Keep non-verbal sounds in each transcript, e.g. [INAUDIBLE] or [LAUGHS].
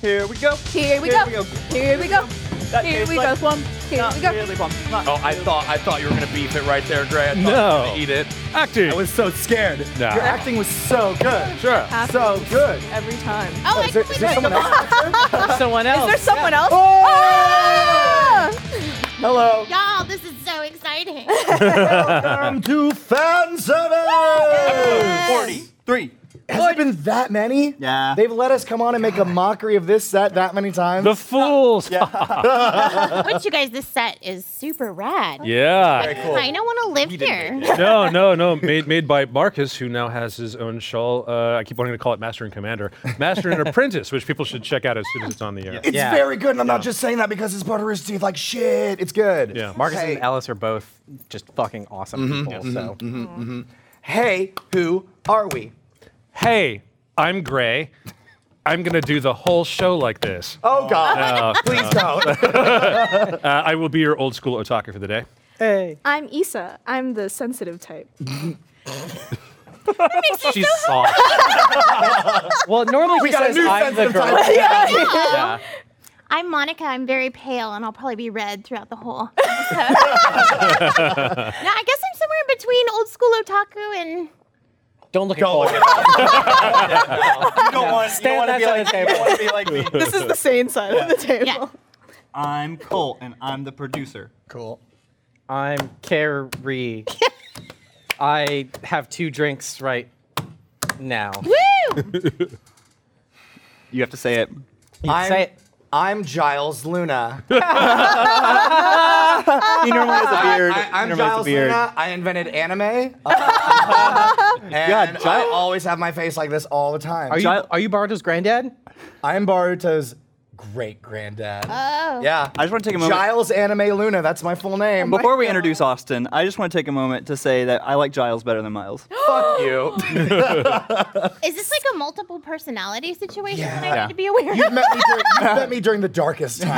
Here we go. Here we Here go. we go. Here we go. That Here tastes we go. like- Plum. Here Not we go. really bomb. Not Oh, I really- thought I thought you were gonna beef it right there, Dre. I thought No. you were gonna eat it. Acting. I was so scared. Nah. Your acting was so good. sure. So good. Every time. Oh, I Is there, is there someone else? Someone else. Is there someone else? Oh. Hello. Y'all, Oh, this is [LAUGHS] so exciting. Welcome to fan service. Forty-three. Has it been that many? Yeah. They've let us come on and make a mockery of this set that many times. The fools. Yeah. But you guys, this set is super rad. I kind of want to live here. No, no, no. Made made by Marcus, who now has his own show. Uh, I keep wanting to call it Master and Commander, Master and Apprentice, which people should check out as soon as it's on the air. it's Yeah. very good, and I'm not just saying that because it's part of his teeth. Like shit, it's good. Yeah. Marcus Hey. and Alice are both just fucking awesome Mm-hmm, people. so Hey, who are we? Hey, I'm Gray. I'm gonna do the whole show like this. Oh god, [LAUGHS] please don't. Uh, I will be your old school otaku for the day. hey, I'm Issa. I'm the sensitive [LAUGHS] type. She's soft. [LAUGHS] well, normally she got a says new I'm the sensitive girl. type. [LAUGHS] [LAUGHS] Yeah. I'm Monica. I'm very pale, and I'll probably be red throughout [LAUGHS] the whole. episode. [LAUGHS] no, I guess I'm somewhere in between old school otaku and Don't look at Don't Cole. look at You don't want. Stand that side of the you don't table. want to be like me. This is the sane side of the table. yeah. I'm Colt, and I'm the producer. Cool. I'm [LAUGHS] Carrie. I have two drinks right [LAUGHS] now. [LAUGHS] [LAUGHS] Woo! You have to say it. You say it. I'm Giles Luna. He normally has a beard. I, am Giles Luna. I invented anime. Uh, and I always have my face like this all the time. Are you are you Bardo's granddad? I'm Baruto's great granddad. Uh, Oh. yeah. I just wanna take a moment- Giles Anime Luna, that's my full name. Before we introduce Austin, I just want to take a moment to say that I like Giles better than Miles. Fuck you. Is this like a multiple personality situation that I Yeah. need to be aware You've of? [LAUGHS] met me during, you've met me during the darkest time.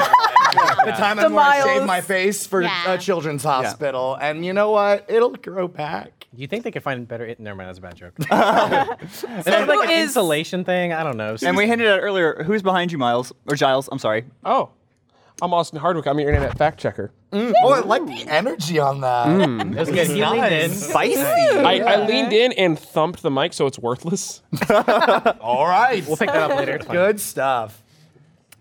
The time I The wanted to shave miles. my face for Yeah. a children's hospital. And you know what? It'll grow back. You think they could find better? It, never mind, that's a bad joke. [LAUGHS] Is that like an is- insulation thing? I don't know. And we hinted at earlier who's behind you, Miles or Giles? I'm sorry. Oh, I'm Austin Hardwick. I'm your internet fact checker. Oh, I like the energy on that. That's good. He leaned in. Spicy. I, I leaned in and thumped the mic, so it's worthless. All right. [LAUGHS] We'll pick that up later. It's fine. Uh, Good stuff.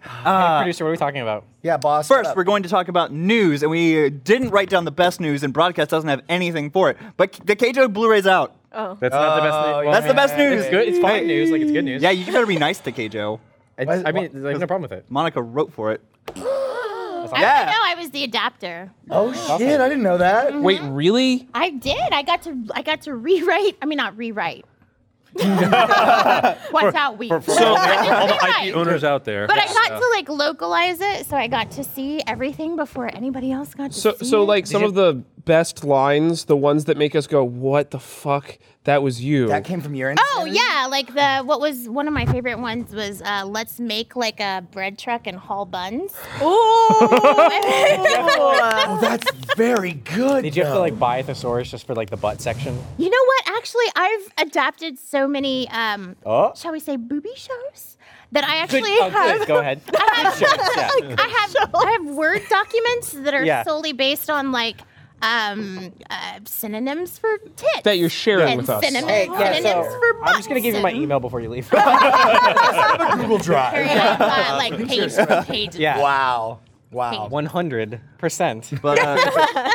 Hey, producer, what are we talking about? Yeah, boss. what First, up? we're going to talk about news, and we didn't write down the best news, and broadcast doesn't have anything for it. But the Kato Blu-ray's out. That's not the best news. yeah. That's the best news. It's good. It's fine news. Like it's good news. Yeah, you better be nice to Kato. I, I mean, I have no problem with it. Monica wrote for it. I Yeah. know I was the adapter. Oh shit! I didn't know that. Mm-hmm. Wait, really? I did. I got to. I got to rewrite. I mean, not [LAUGHS] rewrite. [LAUGHS] What's out week? So all the Right. IP owners out there. But I got to like localize it, so I got to see everything before anybody else got to So, see. so it. like some of the best lines, the ones that make us go, "What the fuck? That was you." That came from your Oh yeah, like the what was one of my favorite ones was uh, let's make like a bread truck and haul buns. Oh, that's very good. Did you have to though. like buy a thesaurus just for like the butt section? [LAUGHS] You know what? Actually, I've adapted so many, um, Oh. shall we say, booby shows that I Good- [LAUGHS] actually oh, have. good. Go ahead. Sure, yeah. I have I have word documents that are Yeah. solely based on like um uh, synonyms for tits. That you're sharing and with us. Synonyms, Hey, yeah, synonyms so for I'm just gonna give you my butts and email before you leave. Google very Drive? nice, uh, [LAUGHS] like page for page. [LAUGHS] yeah. Wow. Wow. 100 percent. But uh,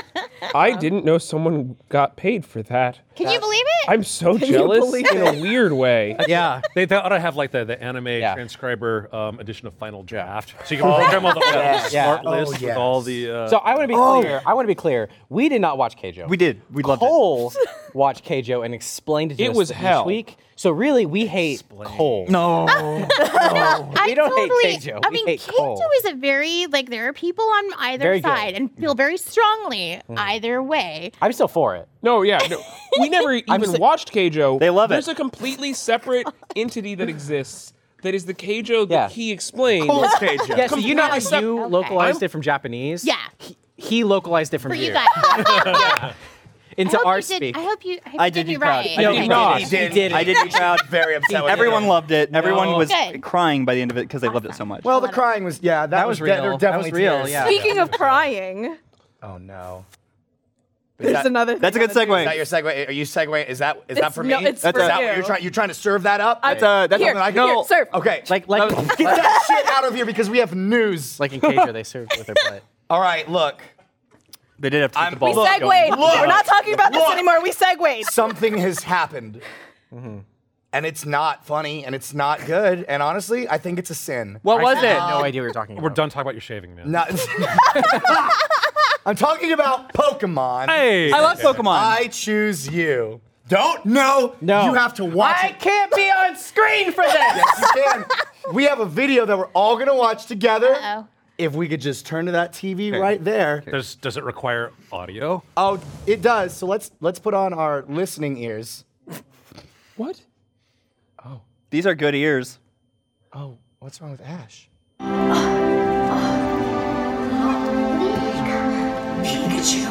I didn't know someone got paid for that. Can you believe it? I'm so jealous believe in a weird way. Yeah. They, they ought to have like the, the anime Yeah. transcriber um, edition of Final Draft, so you can program all the, all the Yeah. smart Oh, lists yes. with all the. Uh, So I want to be clear. I want to be clear. We did not watch Keijo. we did. We loved Cole [LAUGHS] watched Keijo and explained it to It us was each hell. week. So really, we hate Cole. it. No. I We don't hate totally, Keijo, I we mean, hate Keijo Cole. is a very like there are people on either Very good. Mm. side and feel very strongly either way. I'm still for it. [LAUGHS] No, yeah, no. we never even watched Keijo. They love it. There's a completely separate entity that exists that is the Keijo that Yeah. he explained. Kato. [LAUGHS] Yeah. So you know how you Okay. localized it from Japanese. Yeah. [LAUGHS] He, he localized it from For you here. guys, into hope our you did- speak. I hope you. I, hope I you did you proud. right. I no, did he you proud. did it. He He did. did it. I did [LAUGHS] you proud. Very upset with [LAUGHS] Everyone him. loved it. Everyone was Good. crying by the end of it because they loved it so much. Well, the crying was yeah. That, That was, was de- there real. were That was definitely real. tears. Yeah. Speaking of crying, [LAUGHS] Oh no. there's that- another. that's a thing good on the segue. Is that your segue? Are you segue? Is that is that It's- for me? no, it's is for that you. what you're trying? You're trying to serve that up? That's, uh, that's Here, something I here, know. serve. Okay. Like like get that shit out of here because we have news. [LAUGHS] like in Cager, they served with their [LAUGHS] butt. All right, look. They did have to keep I'm- the We ball. segued. going. We're not talking about this Look. anymore. We segued. Something has happened. And it's not funny and it's not good. And honestly, I think it's a sin. What was I it? had no idea we were talking about. We're done talking about your shaving, man. Not- [LAUGHS] I'm talking about Pokemon. Hey, I love Pokemon. I choose you. Don't know. No. You have to watch I it. can't be on screen for this. Yes, you can. We have a video that we're all gonna watch together. Uh-oh. If we could just turn to that TV right there. Does does it require audio? Oh, it does. So let's let's put on our listening ears. What? These are good ears. Oh, what's wrong with Ash? Pikachu,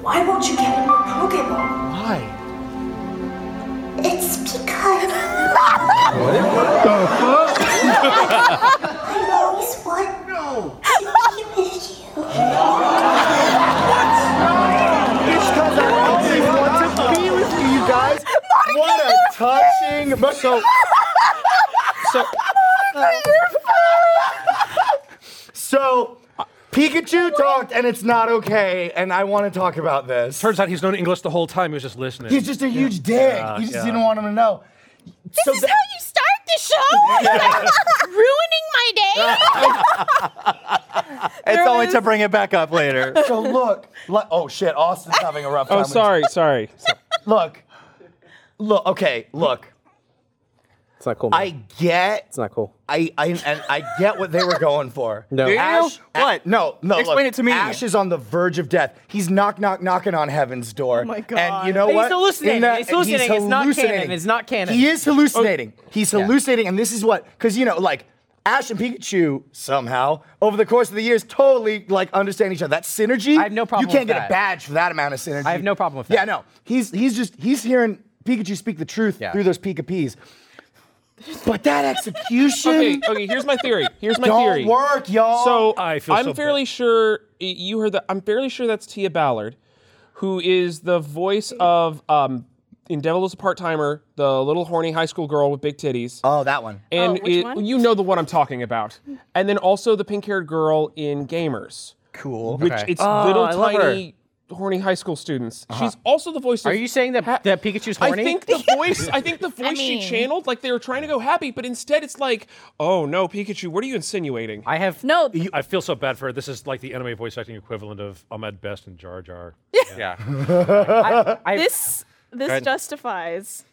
why won't you get in your Pokemon? Why? It's because. I always want to be with you. Because I always want to be with you, you guys. What a touching. mo- So. So. uh, so uh, Pikachu talked, and it's not okay. And I want to talk about this. Turns out he's known English the whole time. He was just listening. He's just a huge dick. you just didn't want him to know. This So is that- how you start the [LAUGHS] show. [LAUGHS] You're ruining my day. [LAUGHS] It's only to bring it back up later. [LAUGHS] So look. Look- oh shit, Austin's having a rough time. Oh, with this. sorry, sorry. Look. Look. Okay. Look. It's not cool. I get. It's not cool. I, I and I get what they were going for. No. Do you? Ash, A- What? no, no. look, Explain it to me. Ash is on the verge of death. He's knock, knock, knocking on heaven's door. Oh my And you God. know He's what? hallucinating. In that- He's hallucinating. It's not canon. It's not canon. He is hallucinating. He's hallucinating, and this is what because you know, like Ash and Pikachu somehow over the course of the years totally like understand each other. That synergy. I have no problem You can't get with a that. badge for that amount of synergy. I have no problem with Yeah, that. no. He's he's just he's hearing Pikachu speak the truth Yeah. through those Pika P's. But that execution Okay, okay, here's my theory. Here's my don't theory. work, y'all. So I feel I'm so fairly bad. sure you heard that. I'm fairly sure that's Tia Ballard, who is the voice of um, in Devil is a Part Timer, the little horny high school girl with big titties, oh, that one. and which it- one? you know the one I'm talking about, and then also the pink-haired girl in Gamers, Cool. which Okay. it's Oh, little I love her. tiny horny high school students. She's also the voice. Are of you saying that Ha- that Pikachu's I horny? think the voice. I think the voice mean- she channeled, like they were trying to go happy, but instead it's like, oh no, Pikachu, what are you insinuating? I have No, I feel so bad for her. This is like the anime voice acting equivalent of Ahmed Best and Jar Jar. Yeah. this this ahead. justifies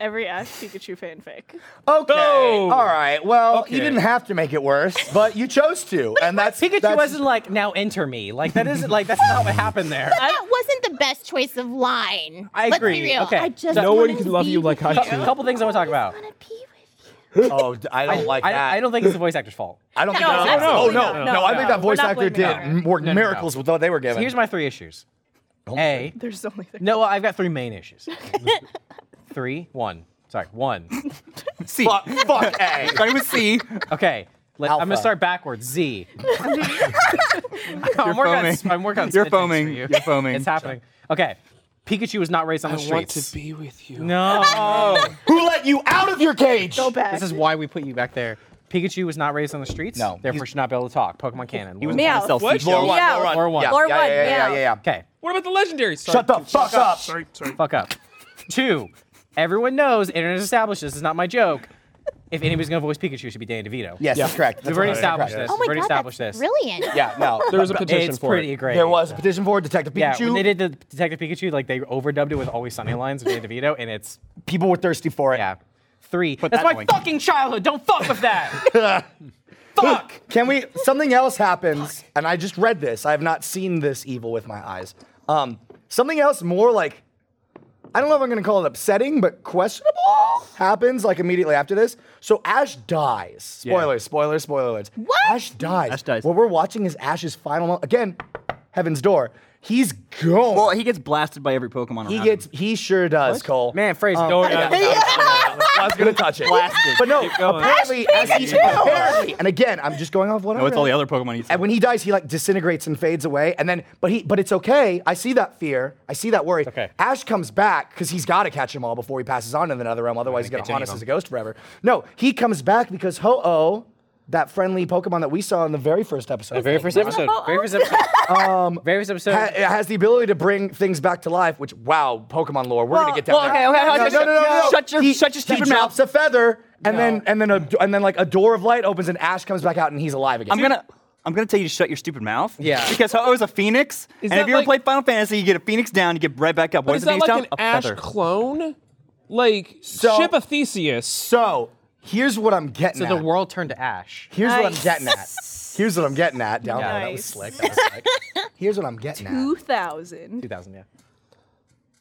every Ash Pikachu fanfic. Okay. No. All right. Well, you Okay. didn't have to make it worse, but you chose to, and that's Pikachu that's, wasn't like now enter me. Like that isn't like that's not what happened there. that wasn't the best choice of line. I Let's agree. Be real. Okay. I just No wanna one can love be you like I with do. you. A couple things I want to talk about. I wanna be with you. Oh, d- I don't like I, that. I don't think it's the voice actor's fault. I don't think No, that's absolutely Oh no, not. no, No, I no, think no. that voice We're not actor did blaming m- work No, no, no. miracles with what they were given. Here's my three issues. A. There's only thing. No, I've got three main issues. three. One. Sorry. One. C. fuck, fuck A. Starting with C. Okay. Let, I'm Alpha. gonna start backwards. Z. I'm, working on, foaming. s- I'm working on. You're spit takes for foaming. you. You're foaming. It's happening. Okay. Pikachu was not raised on the streets. be with you. No. Who let you out of your cage? Go back. this is why we put you back there. Pikachu was not raised on the streets. No. Therefore, should not be able to talk. Pokemon canon. Lore Meow. Self- What? Lore one, Yeah. lore one, Lore one. Yeah, Lore yeah, one, Yeah, yeah, yeah, yeah. yeah, yeah. Okay. What about the legendary? Sorry. Shut the fuck up. Sorry, sorry. Fuck up. Two. Everyone knows. Internet is established. This is not my joke. If anybody's gonna voice Pikachu, it should be Danny DeVito. Yes, that's correct. That's We've already correct. established this. Oh We've my already god, established that's this. brilliant. Yeah, no. There was a petition It's for pretty it. great. There was a petition for Detective Yeah, Pikachu. when they did the Detective Pikachu, like they overdubbed it with Always Sunny lines of Danny DeVito, and it's People were thirsty for it. yeah, three. Put That's that my in the link. fucking childhood. Don't fuck with that. fuck. Can we? Something else happens, and I just read this. I have not seen this evil with my eyes. Um, something else more like, I don't know if I'm gonna call it upsetting, but questionable happens like immediately after this. So Ash dies. Spoilers, spoilers, spoilers. What? Ash dies. Ash dies. What we're watching is Ash's final. mo- Again, Heaven's Door. He's gone. Well, he gets blasted by every Pokemon. He around gets. He sure does, Cole. Man, Fraser, go I [LAUGHS] ahead. [LAUGHS] was gonna touch it. Blasted. But no, Keep going. apparently, Ash as he's Pikachu! apparently, and again, I'm just going off what I him. No, it's read. all the other Pokemon. He's And when he dies, he like disintegrates and fades away. And then, but he, but it's okay. I see that fear. I see that worry. Okay. Ash comes back because he's got to catch them all before he passes on to another realm. Otherwise, he's gonna catch any haunt us of as a ghost forever. No, he comes back because Ho-Oh, that friendly Pokemon that we saw in the very first episode. The very first episode. Oh, Very first episode. Um, very first episode. ha- it has the ability to bring things back to life. Which, wow, Pokemon lore. We're gonna get down well, there. okay, okay, no, okay, no, no, no, no, no. shut your- he, shut your stupid he mouth. drops a feather, and then and then a, and then like a door of light opens, and Ash comes back out, and he's alive again. I'm gonna. I'm gonna tell you to shut your stupid mouth. Yeah. Because Ho-Oh is a phoenix, Is and if that you ever like- play Final Fantasy, you get a phoenix down, you get right back up. But What is the that phoenix like down? an A Ash feather. clone? Like ship a Theseus. So here's what I'm getting. So the world turned to ash. Here's what I'm Nice. getting at. Here's what I'm getting at. Down there, that was Nice. slick. That was slick. Here's what I'm getting at. 2000. 2000, yeah.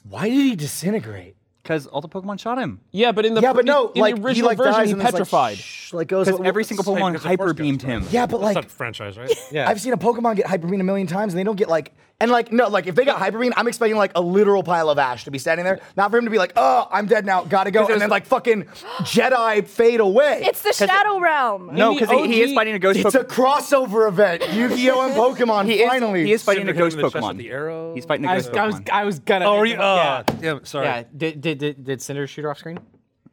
Why did he disintegrate? Because all the Pokemon shot him. Yeah, but in the yeah, but no, in like the he original like version, dies he and it's, like, petrified. shh, Like, goes Because every single Pokemon hyper beamed him. Yeah, but That's like not franchise, right? [LAUGHS] Yeah. I've seen a Pokemon get hyperbeam a million times and they don't get like and like no like if they got hyperbeam, I'm expecting like a literal pile of ash to be standing there, not for him to be like, oh, I'm dead now, gotta go, and then like fucking Jedi fade away. It's the Shadow Realm. No, In the because he, he is OG fighting a ghost It's a Pokemon. crossover event, Yu-Gi-Oh and Pokemon. He is, finally, he is fighting a Shouldn't have hit ghost him in the chest with Pokemon. the arrow. He's fighting a I ghost was, I was, Pokemon. I was gonna. Oh, make are you? it up, Uh, damn, sorry. yeah. yeah. Did, did did did Cinder shoot off screen?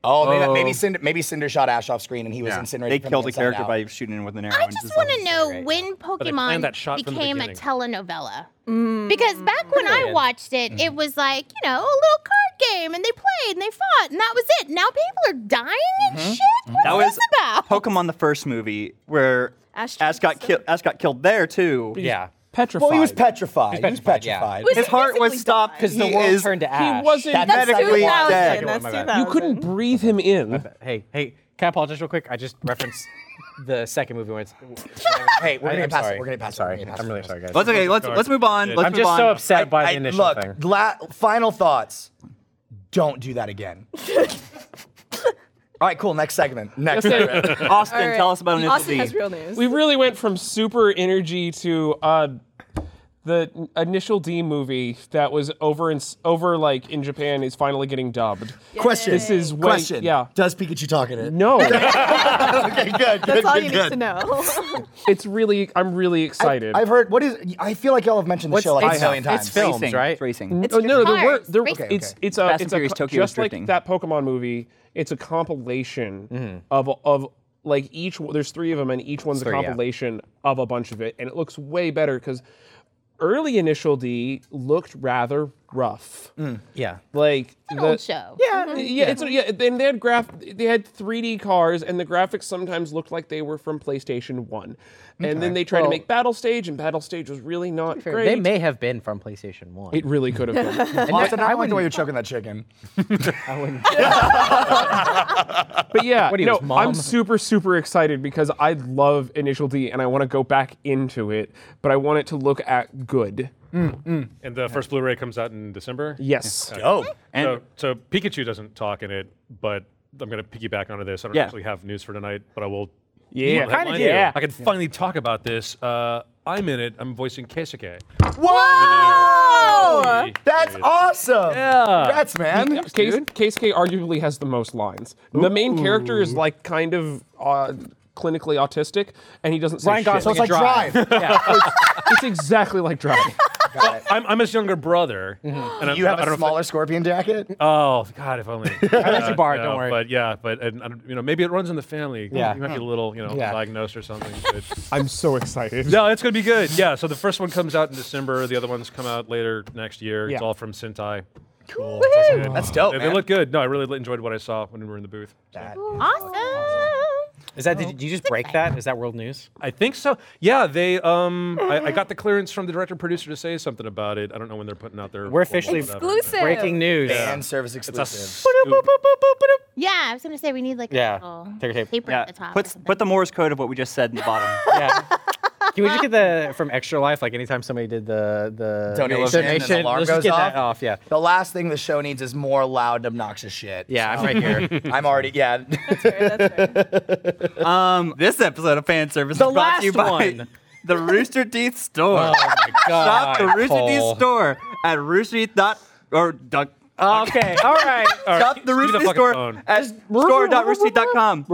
Oh, maybe, maybe Cinder, maybe Cinder shot Ash off screen and he was They incinerated. from killed the a inside character out. by shooting him with an arrow. I and just want to know Right. when they planned that shot Pokemon from the became a beginning. telenovela. Mm. Because back when I watched it, it was like, you know, a little card game and they played and they fought and that was it. Now people are dying and shit? What's That was this about? Pokemon the first movie where Ash Ash, tried got to- killed. Ash got killed there too. Yeah. Petrified. Well, he was petrified. He was petrified, yeah. petrified. Was His he heart was physically stopped dying? Because the he world is- turned to ash. He wasn't. That's That's medically 2000. dead. That's My bad. 2000. you couldn't breathe him in. Hey, hey, can I apologize real quick? I just [LAUGHS] referenced the second movie when it's. Hey, we're gonna I- I'm get past sorry. it. We're gonna get past it. We're Sorry, gonna get past I'm it. really sorry, guys. Let's okay. Let's let's move on. Let's I'm move just on. so upset by the initial look, thing. La- final thoughts. Don't do that again. All right, cool. Next segment. Next. segment. [LAUGHS] Austin, All right. tell us about Initial Austin D. has real news. We really went from super energy to uh, the n- initial D movie that was over in s- over like in Japan is finally getting dubbed. Question. This is way, Question. Yeah. Does Pikachu talk in it? No, okay, good. Good. That's all good, you good. need to know. it's really I'm really excited. I've heard. What is? I feel like y'all have mentioned the show like a it's- million it's times. films, Racing, right? it's Racing. oh, no, there were cars. there. Okay, it's okay. it's a Fast and it's a Furious co- Tokyo is just like drifting. that Pokemon movie. It's a compilation of of like each. There's three of them, and each one's a Three, yeah. compilation of a bunch of it, and it looks way better because early Initial D looked rather rough. Mm. Yeah. Like It's an the- old show. Mm-hmm. Yeah, yeah, it's, yeah. And they had graph. They had 3D cars, and the graphics sometimes looked like they were from PlayStation One. And then they tried to Well- make Battle Stage, and Battle Stage was really not great. They may have been from PlayStation One. It really could have [LAUGHS] been. Austin, I like the way you're choking that chicken. I [LAUGHS] wouldn't. But yeah, What are you, no, his mom? I'm super, super excited because I love Initial D and I want to go back into it, but I want it to look at good. And the first Blu-ray comes out in December. Yes. Oh, And so, so Pikachu doesn't talk in it, but I'm going to piggyback onto this. I don't Yeah. actually have news for tonight, but I will. Well, Yeah. Kinda headline do. Yeah. I can finally talk about this. Uh, I'm in it. I'm voicing Keisuke. whoa! Hey, That's dude. awesome. Yeah. That's man. Case, Case K arguably has the most lines. The main character is like kind of uh, clinically autistic and he doesn't say Ryan shit. So Gosling. it's like Drive. drive. it's exactly like Drive. Well, I'm, I'm his younger brother. and I'm- You have [LAUGHS] I don't know a if- smaller scorpion jacket. Oh God, if only. I let you borrow it, don't worry. But yeah, but and, I don't- you know, maybe it runs in the family. Yeah. you might be a little, you know, Yeah. diagnosed or something. but- [LAUGHS] I'm so excited. No, it's gonna be good. Yeah. So the first one comes out in December. The other ones come out later next year. It's Yeah. all from Sentai. Cool. And That's dope, They, they man. look good. No, I really enjoyed what I saw when we were in the booth. That- Awesome. Is that? Did, did you just break that? Is that world news? I think so. Yeah, they. Um, I, I got the clearance from the director producer to say something about it. I don't know when they're putting out their. We're officially Exclusive. Breaking news. Fan service It's a exclusive. scoop. Yeah, I was gonna say we need like a Yeah. little Ticker tape. paper yeah, at the top. or put something. put the Morse code of what we just said in the bottom. [LAUGHS] [LAUGHS] Yeah. Can we just get the from Extra Life? Like anytime somebody did the the Donation and an alarm let's just goes get that off? off. Yeah. The last thing the show needs is more loud, obnoxious shit. Yeah, I'm right here. I'm already. Yeah. [LAUGHS] That's fair, that's fair. um, [LAUGHS] this episode of Fan Service The is brought to you last by one. [LAUGHS] the Rooster Teeth store. Oh [LAUGHS] my Shop the God, Rooster Paul. Teeth store at roosterteeth dot or duck. Okay, all [LAUGHS] right. All right, Shop the give me the Rooster Teeth fucking store phone. at store.roosterteeth.com.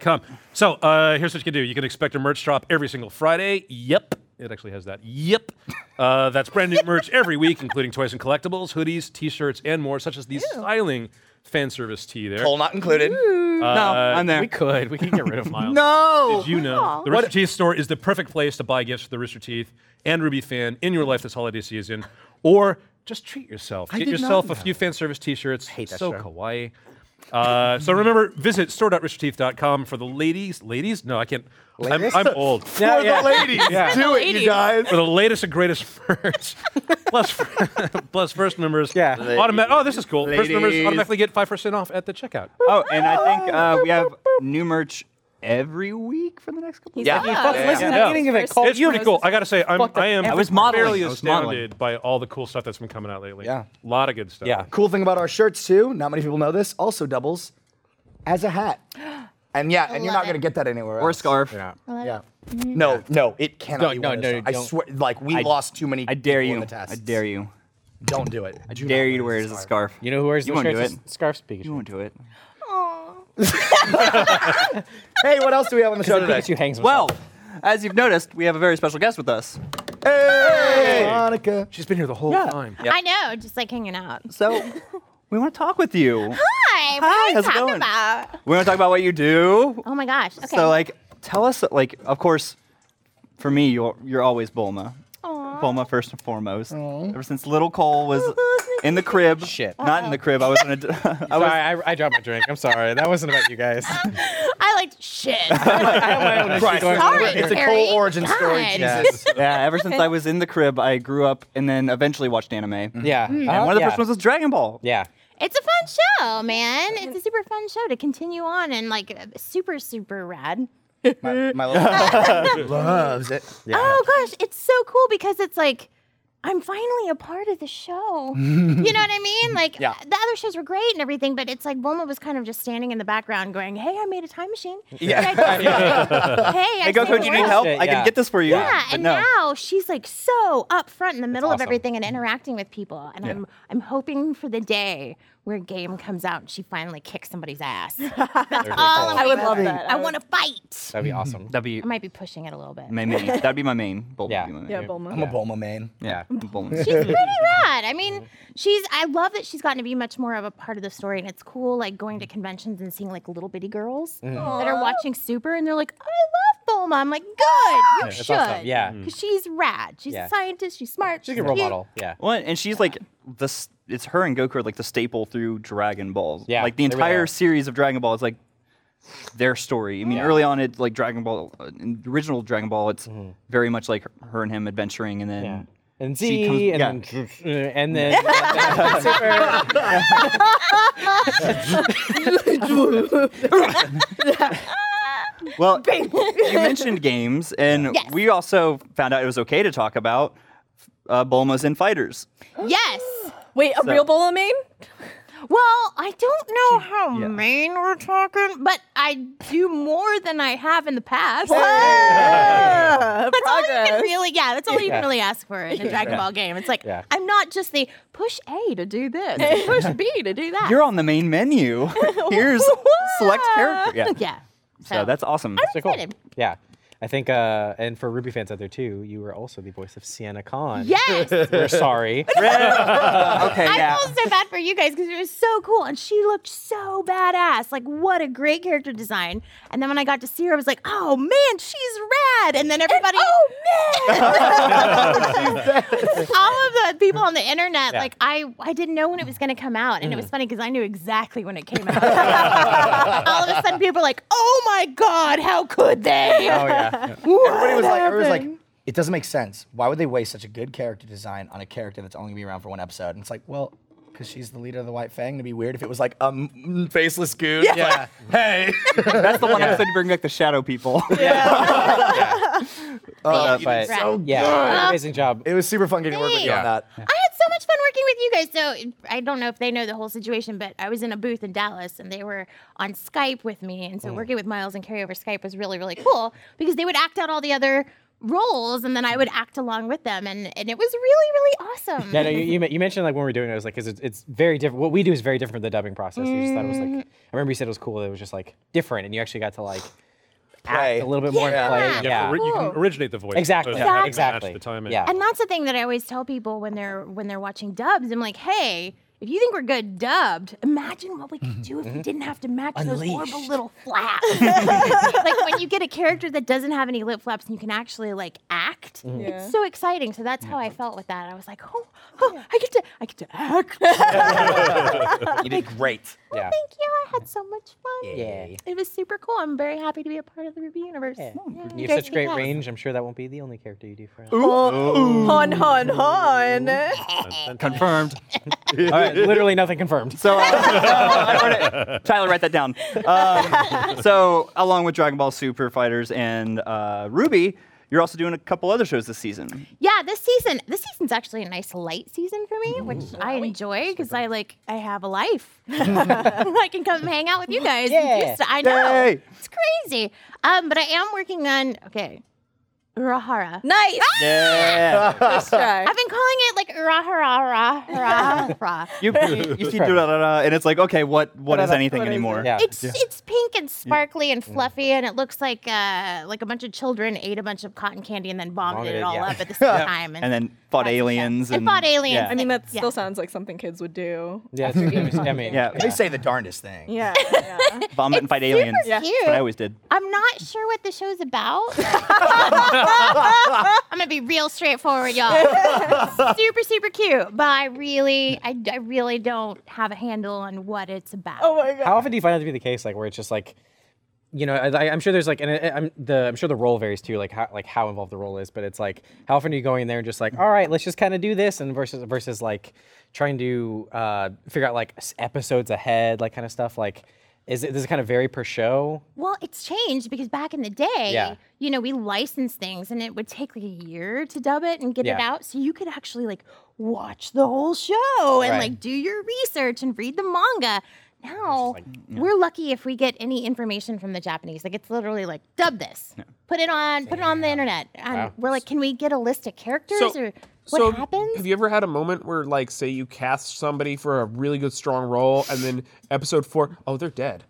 com. So uh, here's what you can do. You can expect a merch drop every single Friday. Yep. It actually has that. Yep. Uh, that's brand new merch every week, including toys and collectibles, hoodies, t-shirts, and more, such as the styling fan service tee there. Uh, Poll not included. No, I'm there. We could. We can get rid of Miles. No. Did you know the Rooster Teeth store is the perfect place to buy gifts for the Rooster Teeth and Ruby fan in your life this holiday season, or just treat yourself. Get did not yourself know. a few fan service T-shirts. hate that so show. kawaii. Uh, so remember, visit store.roosterteeth.com for the ladies. Ladies? No, I can't. I'm, I'm old. For For the ladies, do it, you guys. the latest and greatest first, plus [LAUGHS] plus first members. Yeah. Automa- oh, this is cool. First members Ladies. automatically get five percent off at the checkout. Oh, and I think uh, [LAUGHS] we have new merch every week for the next couple. Yeah. Fuck, listen, Yeah. I'm getting a bit cold. It's pretty cool. I gotta say, I'm, Fuck the I am. I was modeling. fairly I was astounded modeling. by all the cool stuff that's been coming out lately. Yeah. a lot of good stuff. Yeah. Cool thing about our shirts too, not many people know this, also doubles as a hat. And yeah, and you're love not gonna it. get that anywhere Or a else. scarf. Yeah. No, no, it cannot No, be no, one of no, those. I don't. swear, like we I- lost too many. I dare people in you. the test. I dare you. Don't do it. I do dare not you to want wear it this as a scarf. scarf. You know who wears You the won't do shirts? it. Scarves, You Pikachu. won't do it. Hey, what else do we have on the show today? Pikachu hangs Well, as you've noticed, we have a very special guest with us. Hey, Monica. she's been here the whole time. I know, just like hanging out. So we want to talk with you. [GASPS] Hi, what are Hi, you how's it talking going? about? We want to talk about what you do. Oh my gosh. Okay. So like, tell us like, of course, for me, you're you're always Bulma. Aw. Bulma first and foremost. Ever since little Cole [LAUGHS] was in the crib. Shit. Not in the crib. [LAUGHS] I was in a. I Sorry, was. I, I dropped my drink. I'm sorry. That wasn't about you [LAUGHS] guys. I liked shit. [LAUGHS] Christ, going All right, it's a Harry. Cole origin story. God. Jesus. [LAUGHS] Yeah. Ever since I was in the crib, I grew up and then eventually watched anime. Mm. And Yeah. Uh, one of the yeah. first ones was Dragon Ball. Yeah. It's a fun show, man. It's a super fun show to continue on and like uh, super, super rad. My, my little loves it. Oh gosh, it's so cool because it's like I'm finally a part of the show. you know what I mean? Like Yeah. the other shows were great and everything, but it's like Wilma was kind of just standing in the background going, "Hey, I made a time machine." Yeah. hey, [LAUGHS] I Hey, Goku, saved do you the need world." help? Yeah, I yeah. can get this for you. Yeah, But and no. now she's like so up front in the middle of awesome. everything and interacting with people. And I'm I'm hoping for the day where a game comes out and she finally kicks [LAUGHS] somebody's ass. That's all i I would love that. I would- want to fight. That'd be Mm. awesome. That'd be I might be pushing it a little bit. my main. [LAUGHS] That'd be my main. Bulma would Yeah. be my main. Yeah, Bulma. I'm a Bulma man. Yeah. Bulma. [LAUGHS] She's pretty rad. I mean, she's. I love that she's gotten to be much more of a part of the story, and it's cool. Like going to conventions and seeing like little bitty girls Mm-hmm. that are watching Super, and they're like, "I love Bulma." I'm like, "Good, you That's should." awesome. Yeah. because she's rad. She's Yeah. a scientist. She's smart. She's a good role cute. model. Yeah. Well, and she's like this. It's her and Goku are like the staple through Dragon Balls. Yeah, like the they really entire are. series of Dragon Ball is like their story. I mean, early on, it's like Dragon Ball, uh, in the original Dragon Ball. It's very much like her and him adventuring, and then Mm-hmm. Yeah. And Z, She comes- and, then, [LAUGHS] and then, Super. [LAUGHS] well, you mentioned games, and Yes. we also found out it was okay to talk about uh, Bulma's in Fighters. [GASPS] Yes. Wait, a real Bulma main? Well, I don't know how main we're talking, but I do more than I have in the past. Yeah, [LAUGHS] That's all you can progress. really yeah. That's all you can really ask for in a Dragon Ball game. It's like Yeah. I'm not just the push A to do this, push B to do that. You're on the main [LAUGHS] menu. Here's select character. Yeah. yeah. So, So that's awesome. So cool. Yeah. I think, uh, and for Ruby fans out there too, you were also the voice of Sienna Khan. Yes. [LAUGHS] We're sorry. Okay, yeah. I feel so bad for you guys because it was so cool and she looked so badass. Like, what a great character design. And then when I got to see her, I was like, oh man, she's rad. And then everybody, [LAUGHS] [LAUGHS] oh man, all of the people on the internet, Yeah. Mm. like, I, I didn't know when it was going to come out. And it was funny because I knew exactly when it [LAUGHS] came out. all of a sudden, people were like, oh my God, how could they? [LAUGHS] Oh, yeah. Everybody was like, everybody was like, it doesn't make sense. Why would they waste such a good character design on a character that's only gonna be around for one episode? And it's like, well, because she's the leader of the White Fang. It'd be weird if it was like a um, faceless goon. Yeah. hey. That's the one episode to bring back the shadow [LAUGHS] people. Uh, Right. but, yeah, amazing job. Uh-huh. it was super fun getting to work with you on Thanks. that. I had so much fun working with you guys. So I don't know if they know the whole situation, but I was in a booth in Dallas and they were on Skype with me. And so working with Miles and Carrie over Skype was really, really cool because they would act out all the other roles and then I would act along with them. And, and it was really, really awesome. Yeah, no, you, you, men- you mentioned like when we were doing it, I was like, because it's, it's very different. What we do is very different from the dubbing process. You just thought it was like, Mhm. I remember you said it was cool. That it was just like different, and you actually got to like Play. act a little bit more Yeah. and play. Yeah, for Yeah, ri- You Cool. can originate the voice. Exactly. but you have to Exactly. Match the timing. Yeah. And that's the thing that I always tell people when they're when they're watching dubs. I'm like, hey, if you think we're good dubbed, imagine what we Mm-hmm. could do if we didn't have to match those horrible Unleashed. little [LAUGHS] flaps. like when you get a character that doesn't have any lip flaps and you can actually like act, Mm-hmm. Mhm. Yeah. it's so exciting. So that's how I felt with that. I was like, oh, oh I get to I get to act. [LAUGHS] you did great. Yeah. Thank you. I had so much fun. Yay. It was super cool. I'm very happy to be a part of the Ruby universe. Yeah, You have guys such kick great ass. range. I'm sure that won't be the only character you do for us. Oh, hon, hon, hon. [LAUGHS] Confirmed. All right, literally [LAUGHS] nothing confirmed. [LAUGHS] So, uh, I wrote it. Tyler, write that down. [LAUGHS] Um, so, along with Dragon Ball Super Fighters and uh, Ruby, you're also doing a couple other shows this season. Yeah, this season, this season's actually a nice light season for me, which I enjoy because I like I have a life. [LAUGHS] I can come hang out with you guys. and do Yeah. stu- I know Yay. it's crazy. Um, but I am working on okay, Urahara. Ah! Nice. Yeah. Nice try. I've been calling it like Urahara, Urahara, Urahara. You, you, you see, da, da, da, and it's like, okay, what what is anything What is it? anymore? Yeah. It's it's pink and sparkly and fluffy, and it looks like uh, like a bunch of children ate a bunch of cotton candy and then vomited Vomited, it all yeah. up at the same time. And then fought that's- aliens. and fought aliens. yeah. I mean, that Yeah. still sounds like something kids would do. Yeah, it's, I [LAUGHS] mean, Yeah. They say the darndest thing. Yeah. yeah. Vomit and fight aliens. super That's what I cute. always did. I'm not sure what the show's about. I'm gonna be real straightforward, y'all. super, super cute, but I really, I, I really don't have a handle on what it's about. oh my god. How often do you find that to be the case? Like where it's just like, you know, I, I- I'm sure there's like, and I, I'm the, I'm sure the role varies too, like how like how involved the role is. But it's like, how often are you going in there and just like, all right, let's just kind of do this, and versus versus like trying to uh, figure out like s- episodes ahead, like kind of stuff. Like, is it does it kind of vary per show? Well, it's changed because back in the day, Yeah. you know, we licensed things and it would take like a year to dub it and get it Yeah. out. So you could actually like watch the whole show and Right. like do your research and read the manga. Now, we're lucky if we get any information from the Japanese. Like it's literally like dub this. Put it on, put it on the internet. And Wow. we're like, can we get a list of characters or what so happens? Have you ever had a moment where, like, say you cast somebody for a really good strong role, and then episode four, oh, they're dead.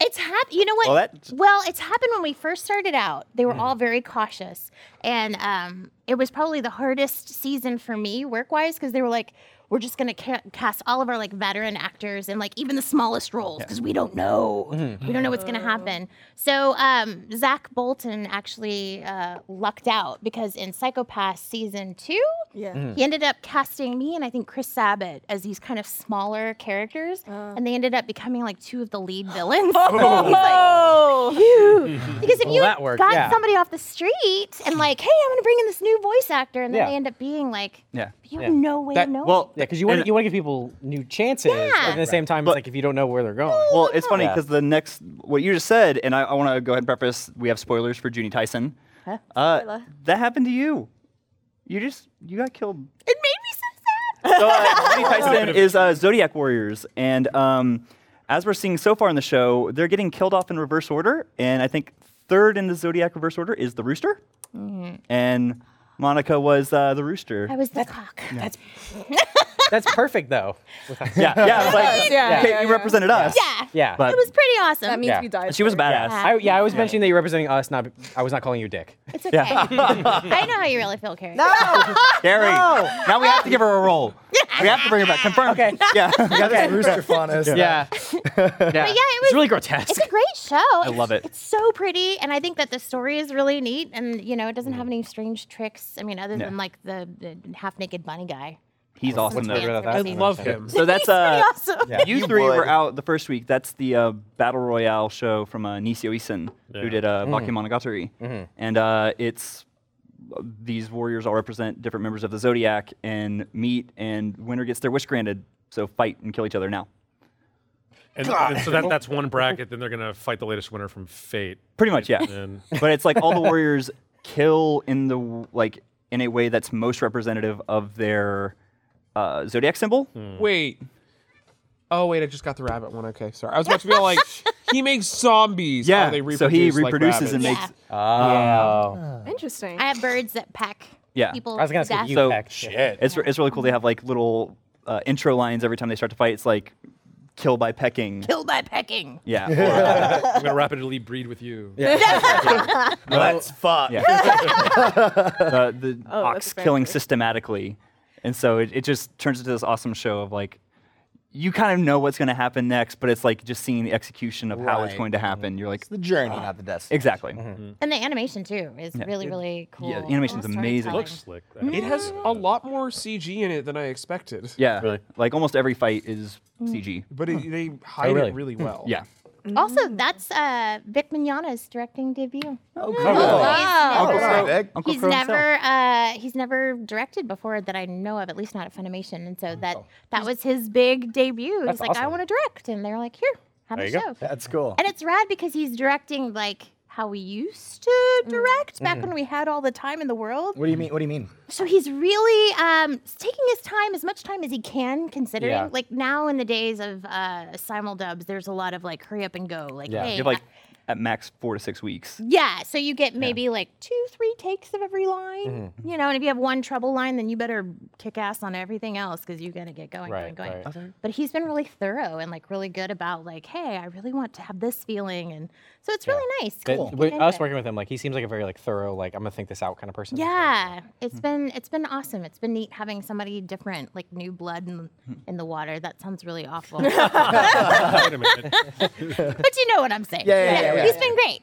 It's hap- You know what? Well, Well, that- it's happened when we first started out. They were all very cautious, and um, it was probably the hardest season for me work-wise because they were like, "We're just gonna ca- cast all of our like veteran actors and like even the smallest roles because we don't know. We don't know what's gonna happen." So um, Zach Bolton actually uh, lucked out because in Psychopath season two, Yeah. he ended up casting me and I think Chris Sabat as these kind of smaller characters, and they ended up becoming like two of the lead villains. [LAUGHS] He's like, Oh. "Phew." because if Well, you that had worked, got yeah. somebody off the street and like, hey, I'm gonna bring in this new voice actor, and then Yeah. they end up being like, Yeah. you have no way That- of knowing. Well, Yeah, because you want and- you want to give people new chances. Yeah. but at the same time, it's But- like if you don't know where they're going. Well, it's funny Yeah. because the next what you just said, and I, I want to go ahead and preface. We have spoilers for Junie Tyson. Huh? Uh, Spoiler. that happened to you. You just you got killed. it made me so [LAUGHS] sad. So, uh, Junie Tyson is uh, Zodiac Warriors, and um, as we're seeing so far in the show, they're getting killed off in reverse order. And I think third in the Zodiac reverse order is the Rooster, and Monica was uh, the Rooster. I was the cock. That's That's perfect though. [LAUGHS] yeah, yeah, it's like, Yeah, okay, yeah, you yeah. represented us. yeah. Yeah. But- it was pretty awesome. That means Yeah. we died. She was a first. badass. Yeah. I, yeah, I was mentioning that you're representing us. Not I was not calling you [LAUGHS] a dick. it's okay. I know how you really feel, Carrie. Gary, now we have to give her a role. we have to bring her back. Confirm. Okay. Yeah. You got this rooster faunus. Yeah. yeah. [LAUGHS] But yeah, it was it's really grotesque. It's a great show. I love it. It's so pretty, and I think that the story is really neat, and you know, it doesn't have any strange tricks. I mean, other Yeah. than like the, the half-naked bunny guy. He's awesome Which though. fans Whatever have that I seen. love him. So that's uh, Awesome. you, You three were would. out the first week. That's the uh, battle royale show from uh, Nisio Isin, who did uh, Mm. Bakemonogatari, Mm-hmm. and uh, it's these warriors all represent different members of the zodiac and meet, and winner gets their wish granted. So fight and kill each other now. And, and so that, that's one bracket. Then they're gonna fight the latest winner from Fate. Pretty much, yeah. And [LAUGHS] but it's like all the warriors kill in the w- like in a way that's most representative of their uh, zodiac symbol. Wait. Oh wait, I just got the rabbit one. Okay, sorry. I was about to be [LAUGHS] all like, he makes zombies. Yeah, Oh, they reproduce so he like reproduces and rabbits. makes. Oh. Oh. Interesting. I have birds that peck. Yeah. People to death. so It's, it's really cool. They have like little uh, intro lines every time they start to fight. It's like kill by pecking. Kill by pecking. Yeah. [LAUGHS] I'm gonna rapidly breed with you. [LAUGHS] Let's fuck. [LAUGHS] Yeah. uh, the Oh, ox that's killing fancy. systematically. And so it, it just turns into this awesome show of like, you kind of know what's going to happen next, but it's like just seeing the execution of how it's Right. Mm-hmm. going to happen. You're like, The journey, not the destination. exactly. And the animation too is Yeah. really, really cool. Yeah, the animation's Cool amazing. storytelling. Looks Slick. It has a lot more CG in it than I expected. Yeah. Like almost every fight is CG. Mm. But it, they hide really? it really Oh, well. Hmm. Yeah. Also, that's uh, Vic Mignogna's directing debut. Oh, cool. Wow. Uncle Fro- Uncle he's Fro himself. never uh, he's never directed before that I know of, at least not at Funimation. And so that that was his big debut. He's like, I awesome. want to direct, and they're like, here, have a you go. show. That's cool. And it's rad because he's directing like how we used to direct Mm. back when we had all the time in the world. What do you mean? What do you mean? So he's really um, taking his time, as much time as he can, considering Yeah. like now in the days of uh, simuldubs, there's a lot of like hurry up and go. Like, Yeah. hey, You have like at max four to six weeks. yeah, so you get maybe like two, three takes of every line, Mm-hmm. you know. And if you have one trouble line, then you better kick ass on everything else because you're gonna get going, Right, going, going. right. But he's been really thorough and like really good about like, hey, I really want to have this feeling, and so it's really nice. That- Cool. with Get us into it. working with him, like he seems like a very like thorough, like I'm gonna think this out kind of person. Yeah, Hmm. it's been it's been awesome. It's been neat having somebody different, like new blood in, Hmm. in the water. That sounds [LAUGHS] really awful, but Wait a minute. you know what I'm saying. Yeah, yeah, yeah, yeah, He's yeah. been great.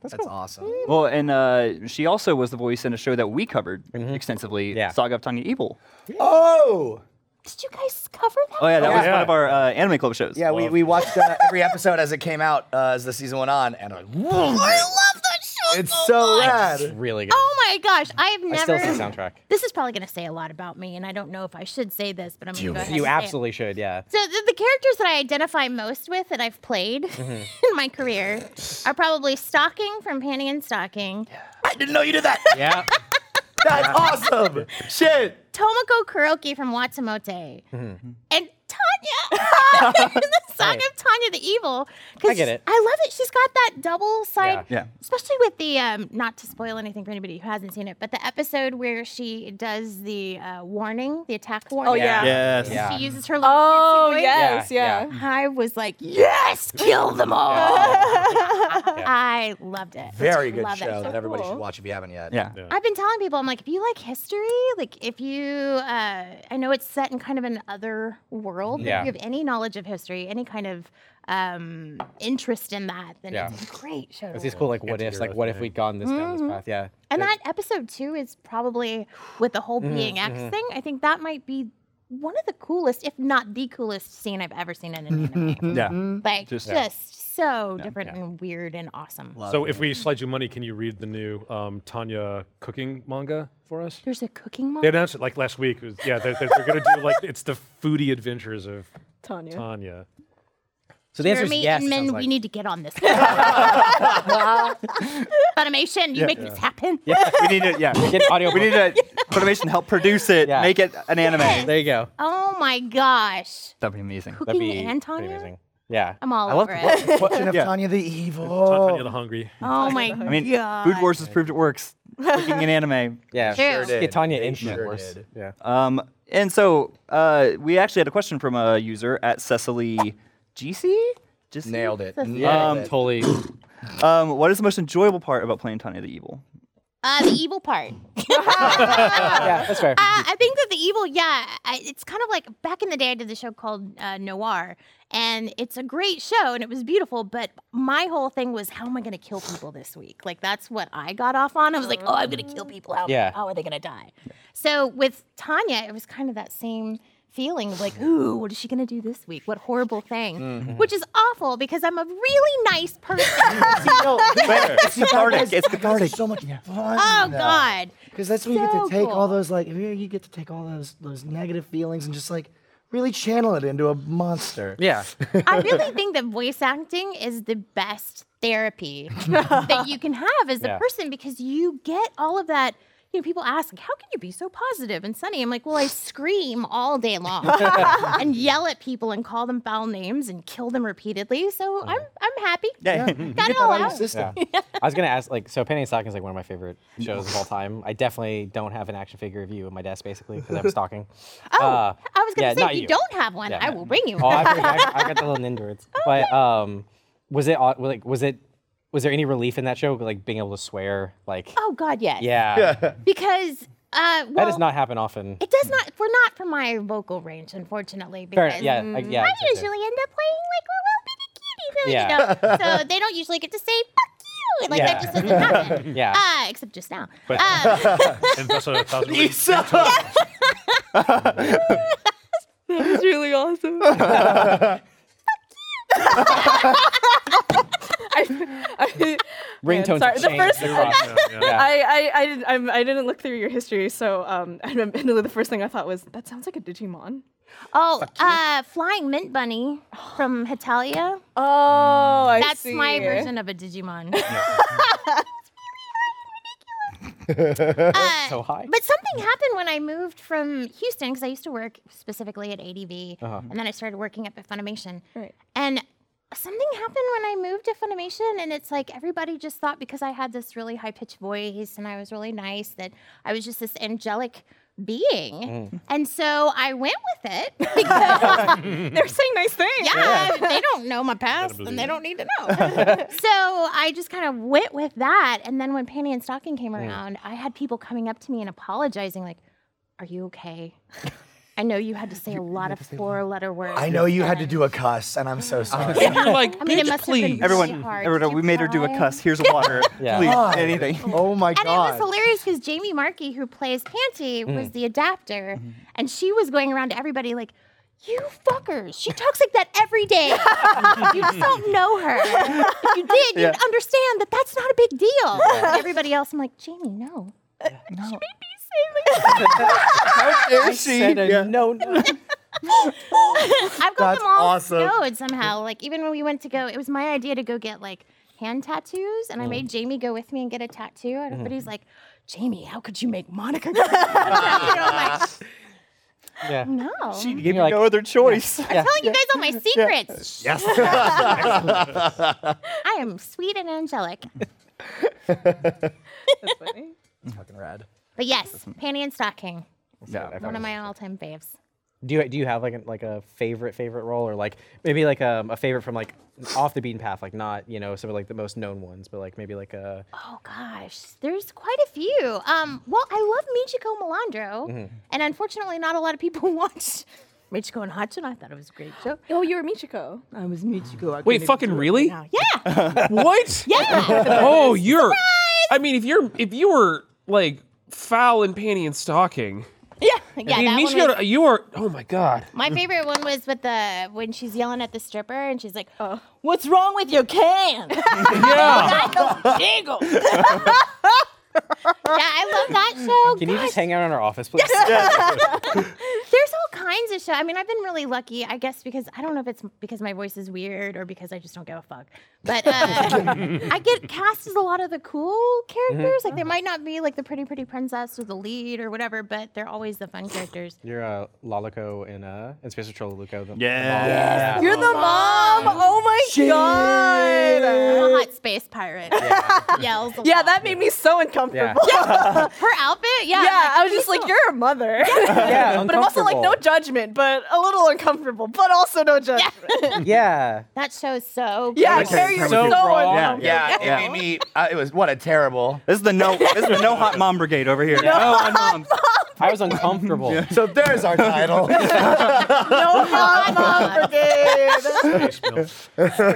That's, awesome. Well, and uh, she also was the voice in a show that we covered extensively, Yeah. Saga of Tanya Evil. Oh, Did you guys cover that? Oh yeah, that was Yeah. one of our uh, anime club shows. yeah. We, we watched uh, every episode as it came out uh, as the season went on, and I, [LAUGHS] I love that show. it's so much. It's rad. really good. Oh my gosh, I have I never. still see the soundtrack. This is probably going to say a lot about me, and I don't know if I should say this, but I'm going to go ahead. and You say it. absolutely should, yeah. So the, the characters that I identify most with that I've played [LAUGHS] Mm-hmm. in my career are probably Stocking from Panty and Stocking, I didn't know you did that. Yeah. [LAUGHS] That's awesome. Shit. Tomoko Kuroki from Watsumote, and Tanya [LAUGHS] in the Song of Tanya the Evil. 'cause I get it. I love it. She's got that double side, Yeah. Yeah. especially with the um, not to spoil anything for anybody who hasn't seen it, but the episode where she does the uh, warning, the attack warning. Oh yeah. Yes. Yeah. She uses her. little Oh fancy voice. yes, Yeah, yeah. I was like, yes, kill them all. [LAUGHS] I loved it. Very good Love show that that, show. everybody should Cool. watch if you haven't yet. Yeah. I've been telling people, I'm like, if you like history, like if you, uh, I know it's set in kind of an other world. but Yeah. If you have any knowledge of history, any kind of um, interest in that, then Yeah. it's a great show. to It's these watch. cool like what ifs, like what if we'd gone this down Mm-hmm. this path, yeah. And that episode two is probably with the whole being X thing. I think that might be one of the coolest, if not the coolest scene I've ever seen in an anime. [LAUGHS] Yeah. like Just- just, Yeah. so different and weird and awesome. So if we slide you money, can you read the new um, Tanya cooking manga for us? There's a cooking They mom. announced it like last week. It was- yeah, they're, they're, they're going to do like it's the foodie adventures of Tanya. [LAUGHS] Tanya. So the answer is Jeremy yes. it and sounds Min, we like. need to get on [LAUGHS] this. Funimation, you make this happen. we need to. Yeah. Get audio. We need to Funimation help produce it, Yeah. make it an anime. There you go. [LAUGHS] Oh my gosh. That'd be amazing. Cooking That'd be and pretty Tanya? amazing. Yeah. I'm all I love over it. Watching of Tanya the Tanya Evil. the Hungry. [LAUGHS] Oh my I mean, god. Food Wars has proved it works. Cooking an anime. Yeah. True. Sure Get did. Tanya They in sure worse. did. Uh, Yeah. Um, and so uh, we actually had a question from a user at Cecily GC. Just Nailed it. Yeah, Nailed it. [COUGHS] totally. Um, what is the most enjoyable part about playing Tanya the Evil? Uh, the evil [LAUGHS] part. yeah, that's fair. Uh, I think that the evil, yeah, I, it's kind of like back in the day I did the show called uh, Noir, and it's a great show and it was beautiful. But my whole thing was, how am I going to kill people this week? Like that's what I got off on. I was like, oh, I'm going to kill people. How, Yeah. how are they going to die? So with Tanya, it was kind of that same feeling of like, ooh, what is she going to do this week? What horrible thing? Which is awful because I'm a really nice person. it's cathartic. It's cathartic. So much fun. oh God. Because that's when you get So to take all cool. those like you you get to take all those those negative feelings and just like really channel it into a monster. Yeah. I really think that voice acting is the best therapy that you can have as a Yeah. person because you get all of that. you know, people ask, like, how can you be so positive and sunny? I'm like, well, I scream all day long [LAUGHS] and yell at people and call them foul names and kill them repeatedly. So Mm-hmm. I'm I'm happy. Got it all out. Yeah. I was gonna ask, like, so Penny and Stocking is like one of my favorite shows of all time. I definitely don't have an action figure of you in my desk, basically, because I'm stalking. Oh, I was gonna yeah, say not if you, you. don't have one, Yeah. I will bring you. Oh, I, one. I, I got the little ninja words. But um, was it au- like was it was there any relief in that show, like being able to swear? Like, oh God, yes. yeah, [LAUGHS] Because uh, well, that does not happen often. It does not. We're not from my vocal range, unfortunately. Fair- Because yeah, like, yeah, I it's just- usually end up playing like a little bitty cutie, really, Yeah. you [LAUGHS] know? so they don't usually get to say "fuck you," like that Yeah. just doesn't [LAUGHS] happen. Yeah. Uh, except just now. But- Uh, and that's [LAUGHS] a thousand ways. That was really awesome. [LAUGHS] I, Ringtones sorry, have the changed first across- yeah, yeah. I, I, I, didn't, I'm, I didn't look through your history, so um, [LAUGHS] I remember the first thing I thought was that sounds like a Digimon. oh, uh, flying mint bunny from Hetalia. Oh, I that's my see. version of a Digimon. so high. But something happened when I moved from Houston because I used to work specifically at ADV, Uh-huh. and then I started working up at Funimation. Right. And something happened when I moved to Funimation, and it's like everybody just thought because I had this really high pitched voice and I was really nice that I was just this angelic being. Mm. And so I went with [LAUGHS] it. They're saying nice things. Yeah, they don't know my past, and they don't need to know. so I just kind of went with that. And then when Panty and Stocking came around, I had people coming up to me and apologizing, like, "Are you okay? I know you had to say a lot of four-letter words. I know you had to do a cuss, and I'm so sorry. [LAUGHS] I mean, it must have been really Everyone, hard. everyone, we made her do a cuss. Here's water. Yeah. Please, God. anything. Oh my and it was god. hilarious because Jamie Markey, who plays Panty, was Mm. the adapter, and she was going around to everybody like, "You fuckers! She talks like that every day. you just don't know her. If you did, Yeah. you'd understand that that's not a big deal." And everybody else, I'm like, Jamie, no. No. [LAUGHS] How dare I she? said a No, no. I've got That's them all awesome. snowed somehow. Like even when we went to go, it was my idea to go get like hand tattoos, and I Mm. made Jamie go with me and get a tattoo. And Mhm. everybody's like, "Jamie, how could you make Monica?" [LAUGHS] Go? get a tattoo?" And I'm like, Yeah. No. She gave you Mm-hmm. no other [LAUGHS] choice. I'm telling you guys all my secrets. Yes. I am sweet and angelic. That's fucking rad. But yes, panty and stocking. Yeah, I one fucking- of my all-time faves. Do you do you have like a, like a favorite favorite role or like maybe like um, a favorite from like off the beaten path, like not you know some of like the most known ones, but like maybe like uh, a Oh gosh, there's quite a few. Um, well, I love Michiko Melandro, Mm-hmm. Mhm. and unfortunately, not a lot of people [LAUGHS] watch Michiko and Hudson. I thought it was a great show. Oh, you were Michiko. I was Michiko. I Wait, fucking really? [LAUGHS] Yeah. what? [LAUGHS] Yeah. Oh, you're. I mean, if you're if you were like foul and panty and stocking. Yeah. Yeah. I mean, that one Mishka, was- you are. Oh my god. my favorite one was with the when she's yelling at the stripper and she's like, Oh. "What's wrong with [LAUGHS] your can?" Um, Yeah. Jiggle. yeah, I [LAUGHS] love that show. Can you Gosh, just hang out in our office, please? There's all kinds of show. I mean, I've been really lucky, I guess, because I don't know if it's because my voice is weird or because I just don't give a fuck. But uh, [LAUGHS] I get cast as a lot of the cool characters. Mm-hmm. Like, they might not be like the pretty, pretty princess or the lead or whatever, but they're always the fun characters. [LAUGHS] You're uh, Lalico in uh, in Space Patrol Luco. The, the Yes. mom. Yeah. You're the mom. Oh my god. I'm a hot space pirate. Yells. a Yeah, lot. that made me so uncomfortable. [LAUGHS] Yeah. Her outfit? Yeah. Yeah, I was just like, you're a [LAUGHS] mother. Yeah, [LAUGHS] but I'm also like, no judgment, but a little uncomfortable, but also no [LAUGHS] judgment. yeah. That show is so cool. Yeah, Carrie, you're so Yeah, uncomfortable. [LAUGHS] yeah, it yeah. made me. Uh, it was what a terrible. This is the no. This is the no hot mom brigade over here. No hot [LAUGHS] mom. I was uncomfortable. So there's our title. No hot [LAUGHS] [LAUGHS] mom brigade. [LAUGHS] [LAUGHS]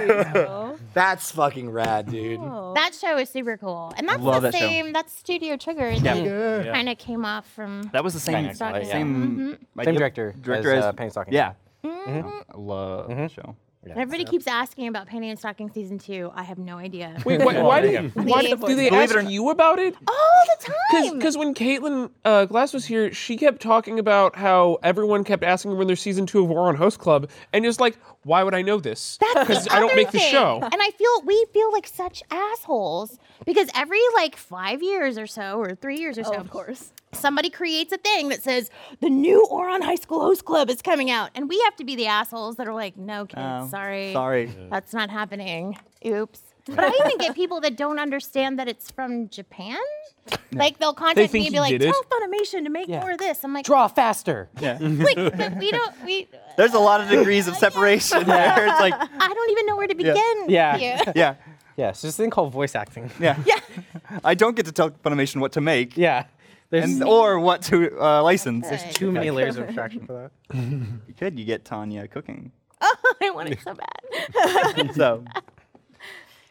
That's fucking rad, dude. Oh. That show is super cool. And that's Love the that show. same, that's Studio Trigger. Yeah. that Yeah. Kind of came off from. That was the same. Sonic Sonic. Same. Mhm. like, Same yep, director Director as, as, Mm-hmm. uh, Penny Stocking. Yeah. I love the show. Everybody keeps asking about Panty and Stocking season two. I have no idea. Wait, why, [LAUGHS] why, do, you- The why do answer- do they ask you about it? [LAUGHS] all the time? Because when Caitlin uh, Glass was here, she kept talking about how everyone kept asking her when their season two of War on Host Club, and just like, why would I know this? Because I don't other make the thing. show. And I feel we feel like such assholes because every like five years or so, or three years or so, Oh, of course, somebody creates a thing that says the new Oron High School Host Club is coming out, and we have to be the assholes that are like, no Oh, kids, Um, sorry, sorry. Yeah. that's not happening. Oops. [LAUGHS] But I even get people that don't understand that it's from Japan. Like they'll contact think me and he be like, did it. "Tell Funimation to make Yeah. more of this." I'm like, Draw faster. Yeah. Wait, but we don't. We There's a lot of degrees of separation there. It's like, I don't even know where to Yeah. begin. Yeah. here. [LAUGHS] yeah, Yeah, it's this thing called voice acting. [LAUGHS] yeah. I don't get to tell Funimation what to make. Yeah. And, or what to uh, license. There's Too many layers of abstraction for that. You could. You get Tanya cooking. Oh, [LAUGHS] I want it so bad. so,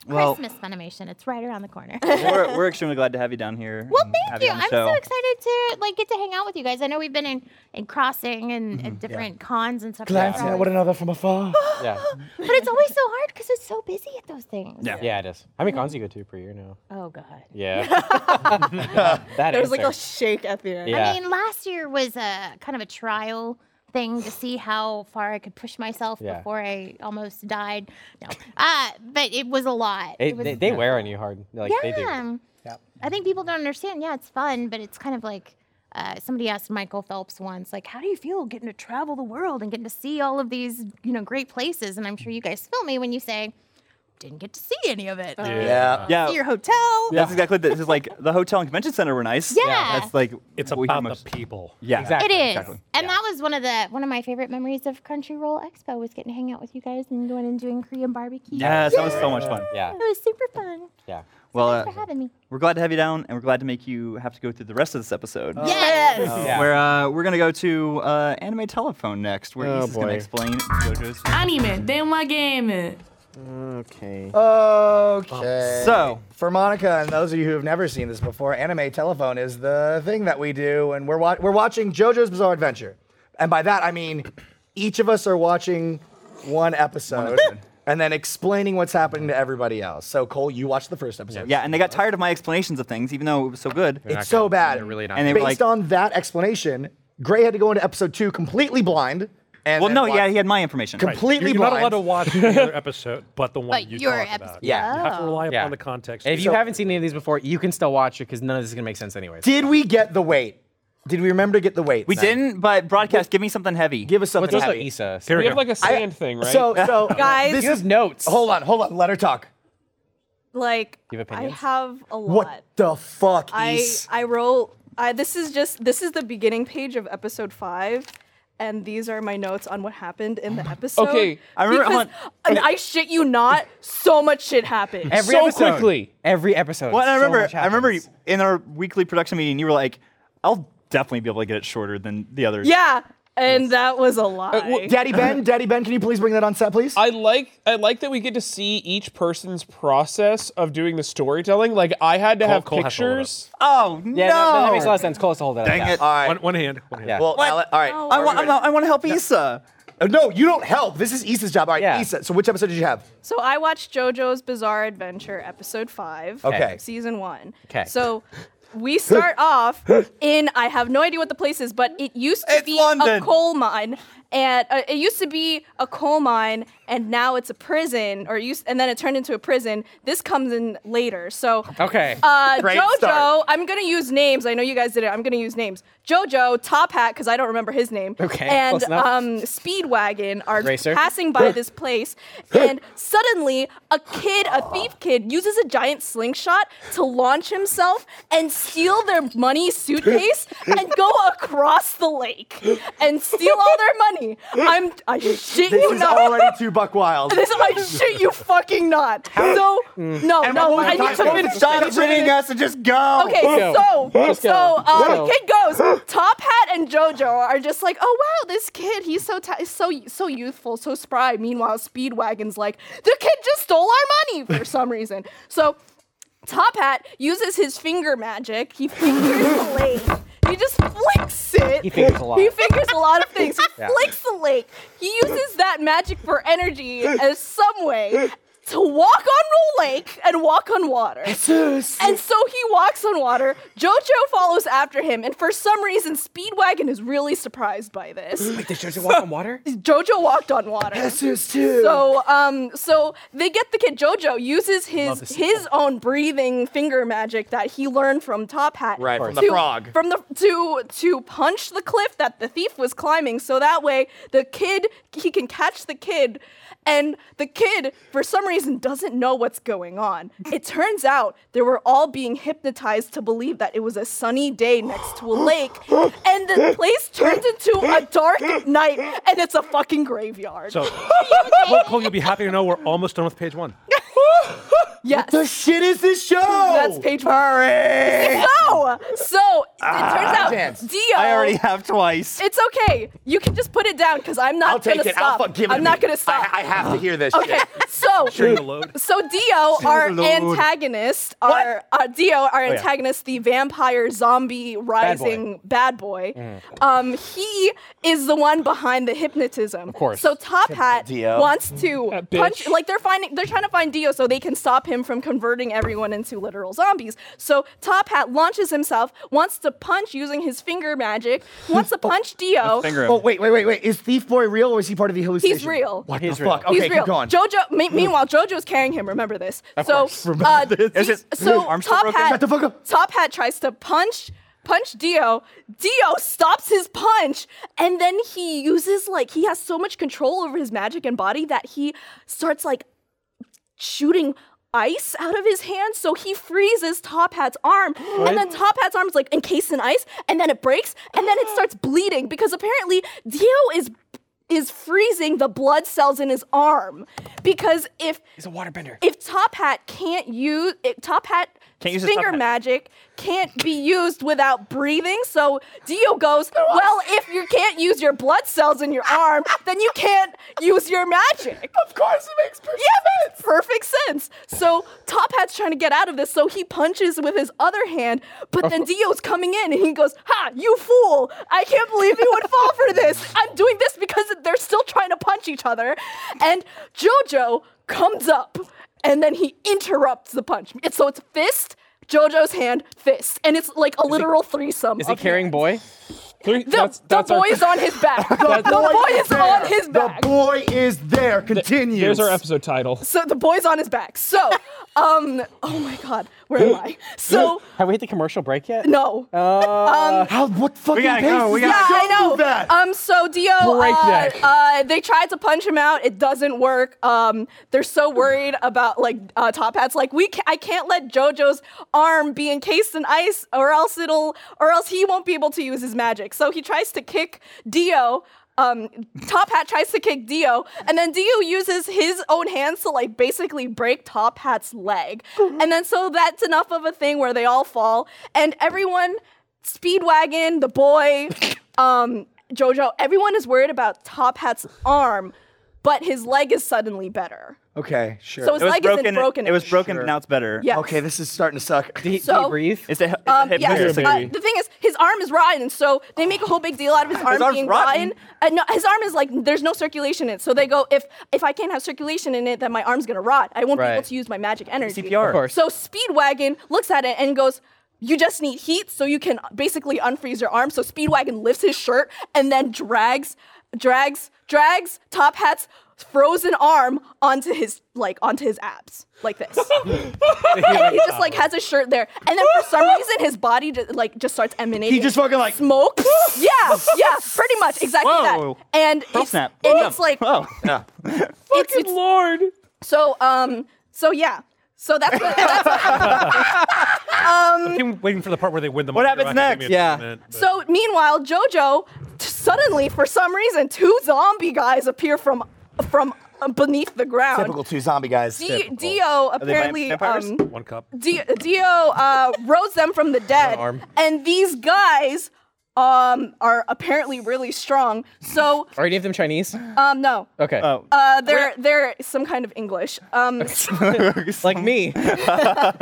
well, Christmas Funimation. It's right around the corner. we're, we're extremely glad to have you down here. well, and have thank you. on the I'm show. so excited to like get to hang out with you guys. I know we've been in, in crossing and at different cons and stuff. like Glancing that. at one another from afar. yeah. but it's always so hard because it's so busy at those things. yeah. Yeah, it is. How many cons do you go to per year now? Oh God. [LAUGHS] Yeah. [LAUGHS] There that was like a answer. shake at the end. Yeah. I mean, last year was a kind of a trial thing to see how far I could push myself Yeah. before I almost died. No, uh, but it was a lot. They, it was, they, they wear on you hard. Like, yeah. they do. I think people don't understand. Yeah, it's fun, but it's kind of like uh, somebody asked Michael Phelps once, like, how do you feel getting to travel the world and getting to see all of these, you know, great places? And I'm sure you guys feel me when you say, didn't get to see any of it. Yeah. Yeah. See your hotel. That's exactly the, it's like the hotel and convention center were nice. Yeah. That's like it's about the people. Yeah. It is, and that was one of the one of my favorite memories of Country Roll Expo was getting to hang out with you guys and going and doing Korean barbecue. Yes, that was so much fun. It was super fun. Yeah. Well, Thanks for uh, having me. we're glad to have you down, and we're glad to make you have to go through the rest of this episode. Yes. Uh, Yeah. Where uh, we're gonna go to uh, anime telephone next, where Oh, Issa's gonna boy. explain JoJo's. アニメ、電話ゲーム。 Okay. Okay. So- for Monica and those of you who have never seen this before, anime telephone is the thing that we do, and we're wa- we're watching JoJo's Bizarre Adventure, and by that I mean each of us are watching one episode. And then explaining what's happening to everybody else. So Cole, you watched the first episode. Yeah, and they got tired of my explanations of things, even though it was so good. It's so bad. And they were Based like, on that explanation, Gray had to go into episode two completely blind. And "Well, then no, watch- yeah, he had my information." Completely You're blind. not allowed to watch the other episode, but the one But you your talk episode- about. Yeah. You have to rely Yeah. upon the context. And if you haven't seen any of these before, you can still watch it because none of this is going to make sense anyways. Did we get the weight? Did we remember to get the weight? we didn't, but broadcast, give me something heavy. Give us something Well, it's also heavy. Issa, so we have like a sand thing, right? So, [LAUGHS] so Guys. this Give is notes. Hold on, hold on. Let her talk. Like You have I opinions? have a lot. What the fuck? I Is? I roll. I, this is just this is the beginning page of episode five, and these are my notes on what happened in the episode. Okay, I remember- Because, hold and I shit you not, so much shit happened. Every So episode, quickly. Every episode. Well, and I so remember, much I remember you- in our weekly production meeting, you were like, "I'll definitely be able to get it shorter than the others." yeah, and that was a lie. Uh, Daddy [LAUGHS] Ben, Daddy Ben, can you please bring that on set, please? I like I like that we get to see each person's process of doing the storytelling. Like I had to Cole- have Cole has to hold it pictures. Oh Yeah, that, that makes a lot of sense. Close to hold that. Dang up. it! All right. One, one hand. One hand. Yeah. Well, Ale- all right. I, wa- I'm not- I want to help Issa. Uh, No, you don't help. This is Issa's job. All right, Yeah. Issa. So which episode did you have? So I watched JoJo's Bizarre Adventure episode five, Okay. season one. 'Kay. So we start off in I have no idea what the place is, but it used to It's be a London. coal mine, and uh, it used to be a coal mine, and now it's a prison, or it used, and then it turned into a prison. This comes in later, so Okay. uh, Great Jojo, start. I'm gonna use names. I know you guys did it. I'm gonna use names. Jojo, Top Hat, because I don't remember his name. Okay, And close enough. um, Speedwagon are Racer. passing by this place, and suddenly a kid, a thief kid, uses a giant slingshot to launch himself and steal their money suitcase and go across the lake and steal all their money. I'm I shit This you is not. already too buck wild. [LAUGHS] this I shit you fucking not. So no, And no, what was I the need to title? finish. Stop finish, finish. reading us and just go. Okay, Go. so Let's so go. uh, Let's go. the kid goes. Top Hat and JoJo are just like, oh wow, this kid, he's so ta- so so youthful, so spry. Meanwhile, Speedwagon's like, the kid just stole our money for [LAUGHS] some reason. [LAUGHS] So Top Hat uses his finger magic. He fingers the lake. He just flicks it. He fingers a lot. He fingers a lot of things. He [LAUGHS] Yeah. flicks the lake. He uses that magic for energy as some way to walk on a lake and walk on water. And so he walks on water. Jojo follows after him, and for some reason, Speedwagon is really surprised by this. Wait, does Jojo walk on water? Jojo walked on water. Jesus, too. So um so they get the kid Jojo uses his Love this his own breathing finger magic that he learned from Top Hat. Right, from to- the frog. From the to to punch the cliff that the thief was climbing so that way the kid he can catch the kid and the kid for some reason doesn't know what's going on. It turns out they were all being hypnotized to believe that it was a sunny day next to a lake and the place turns into a dark night and it's a fucking graveyard. [LAUGHS] So, Cole, Cole, you'll be happy to know we're almost done with page one. Yes. What the shit is this show? That's page one. Hurry! So, so it turns Ah, out Chance. Dio. I already have twice. It's okay. You can just put it down because I'm not I'll take gonna it. I'll stop. fuck, give it I'm to not me. gonna stop. I, I have to hear this okay, shit. so Share the load. so Dio, Share our the load. antagonist, our uh, Dio, our yeah. antagonist, the vampire zombie rising bad boy. Um, he is the one behind the hypnotism. Of course. So Top Hat Dio. wants to That punch. bitch. Like they're finding, they're trying to find Dio so they can stop him from converting everyone into literal zombies. So Top Hat launches himself, wants to punch using his finger magic, wants to punch Dio. Oh, wait, wait, wait, wait. Is Thief Boy real or is he part of the hallucination? He's real. What the fuck? Okay, He's real. keep going. Hmm. Jojo. Me- meanwhile, Jojo's carrying him. Remember this. Of so, course. Remember uh, this. D- Is it- so arm still top broken? hat. Shut the fuck up. Top hat tries to punch. Punch Dio. Dio stops his punch, and then he uses like he has so much control over his magic and body that he starts like shooting ice out of his hand so he freezes top hat's arm What? and then top hat's arm is like encased in ice and then it breaks and then it Oh. starts bleeding because apparently dio is is freezing the blood cells in his arm because if He's a waterbender. if top hat can't use if top hat Can't use his finger Top Hat. magic can't be used without breathing so dio goes well if you can't use your blood cells in your arm then you can't use your magic of course it makes perfect sense perfect sense so top hat's trying to get out of this so he punches with his other hand but Of then Oh. course. dio's coming in and he goes ha you fool i can't believe you would fall for this i'm doing this because they're still trying to punch each other and jojo comes up and then he interrupts the punch it's, so it's fist Jojo's hand, fist, and it's like a literal threesome. Is he of carrying boy? The, the boy is [LAUGHS] on [LAUGHS] his back. The, the boy is there. on his back. The boy is there. Continue. There's our episode title. So the boy's on his back. So, um, oh my god, where am [GASPS] I? So [LAUGHS] have we hit the commercial break yet? no. Uh, [LAUGHS] Um, How? What fucking gotta go, we yeah, gotta I go. know. Do that. Um, so Dio, Break uh, neck. uh, they tried to punch him out. It doesn't work. Um, they're so worried about like uh, Top Hat's like we ca- I can't let JoJo's arm be encased in ice, or else it'll, or else he won't be able to use his magic. So he tries to kick Dio. Um, Top Hat tries to kick Dio, and then Dio uses his own hands to like basically break Top Hat's leg, and then so that's enough of a thing where they all fall, and everyone Speedwagon, the boy, um, Jojo, everyone is worried about Top Hat's arm, but his leg is suddenly better. Okay, sure. So his It was leg isn't broken- broken it was broken, but now it's better. Yes. Okay, this is starting to suck. Do you, So- breathe? Is it, Um, yes, uh, the thing is, his arm is rotten, so they make a whole big deal out of his arm arm's being rotten? rotten. Uh, no, his arm is like there's no circulation in it, so they go if if I can't have circulation in it, then my arm's gonna rot. I won't be able Right. to use my magic energy. CPR. Of course. So Speedwagon looks at it and goes. You just need heat, so you can basically unfreeze your arm. So Speedwagon lifts his shirt and then drags, drags, drags Top Hat's frozen arm onto his like onto his abs, like [LAUGHS] this. and he just like has his shirt there, and then for some reason his body just, like just starts emanating. He just fucking, like- [LAUGHS] smoke. yeah, yeah, pretty much exactly Whoa. that. And Pearl it's, snap. and Whoa. it's like Whoa. fucking lord. So um, so yeah, so [LAUGHS] that's what, that's what, um. I'm waiting for the part where they win the What monster. happens I think next? we have Yeah. to admit, but- So meanwhile, Jojo t- suddenly, for some reason, two zombie guys appear from from uh, beneath the ground. Typical two zombie guys. D- uh, Typical. Dio apparently, um, One cup. [LAUGHS] D- Dio uh, rose them from the dead, arm. and these guys um, are apparently really strong. So, Are any of them Chinese? um, no, Okay. Oh. uh, they're they're some kind of English. Um, [LAUGHS] like me. God,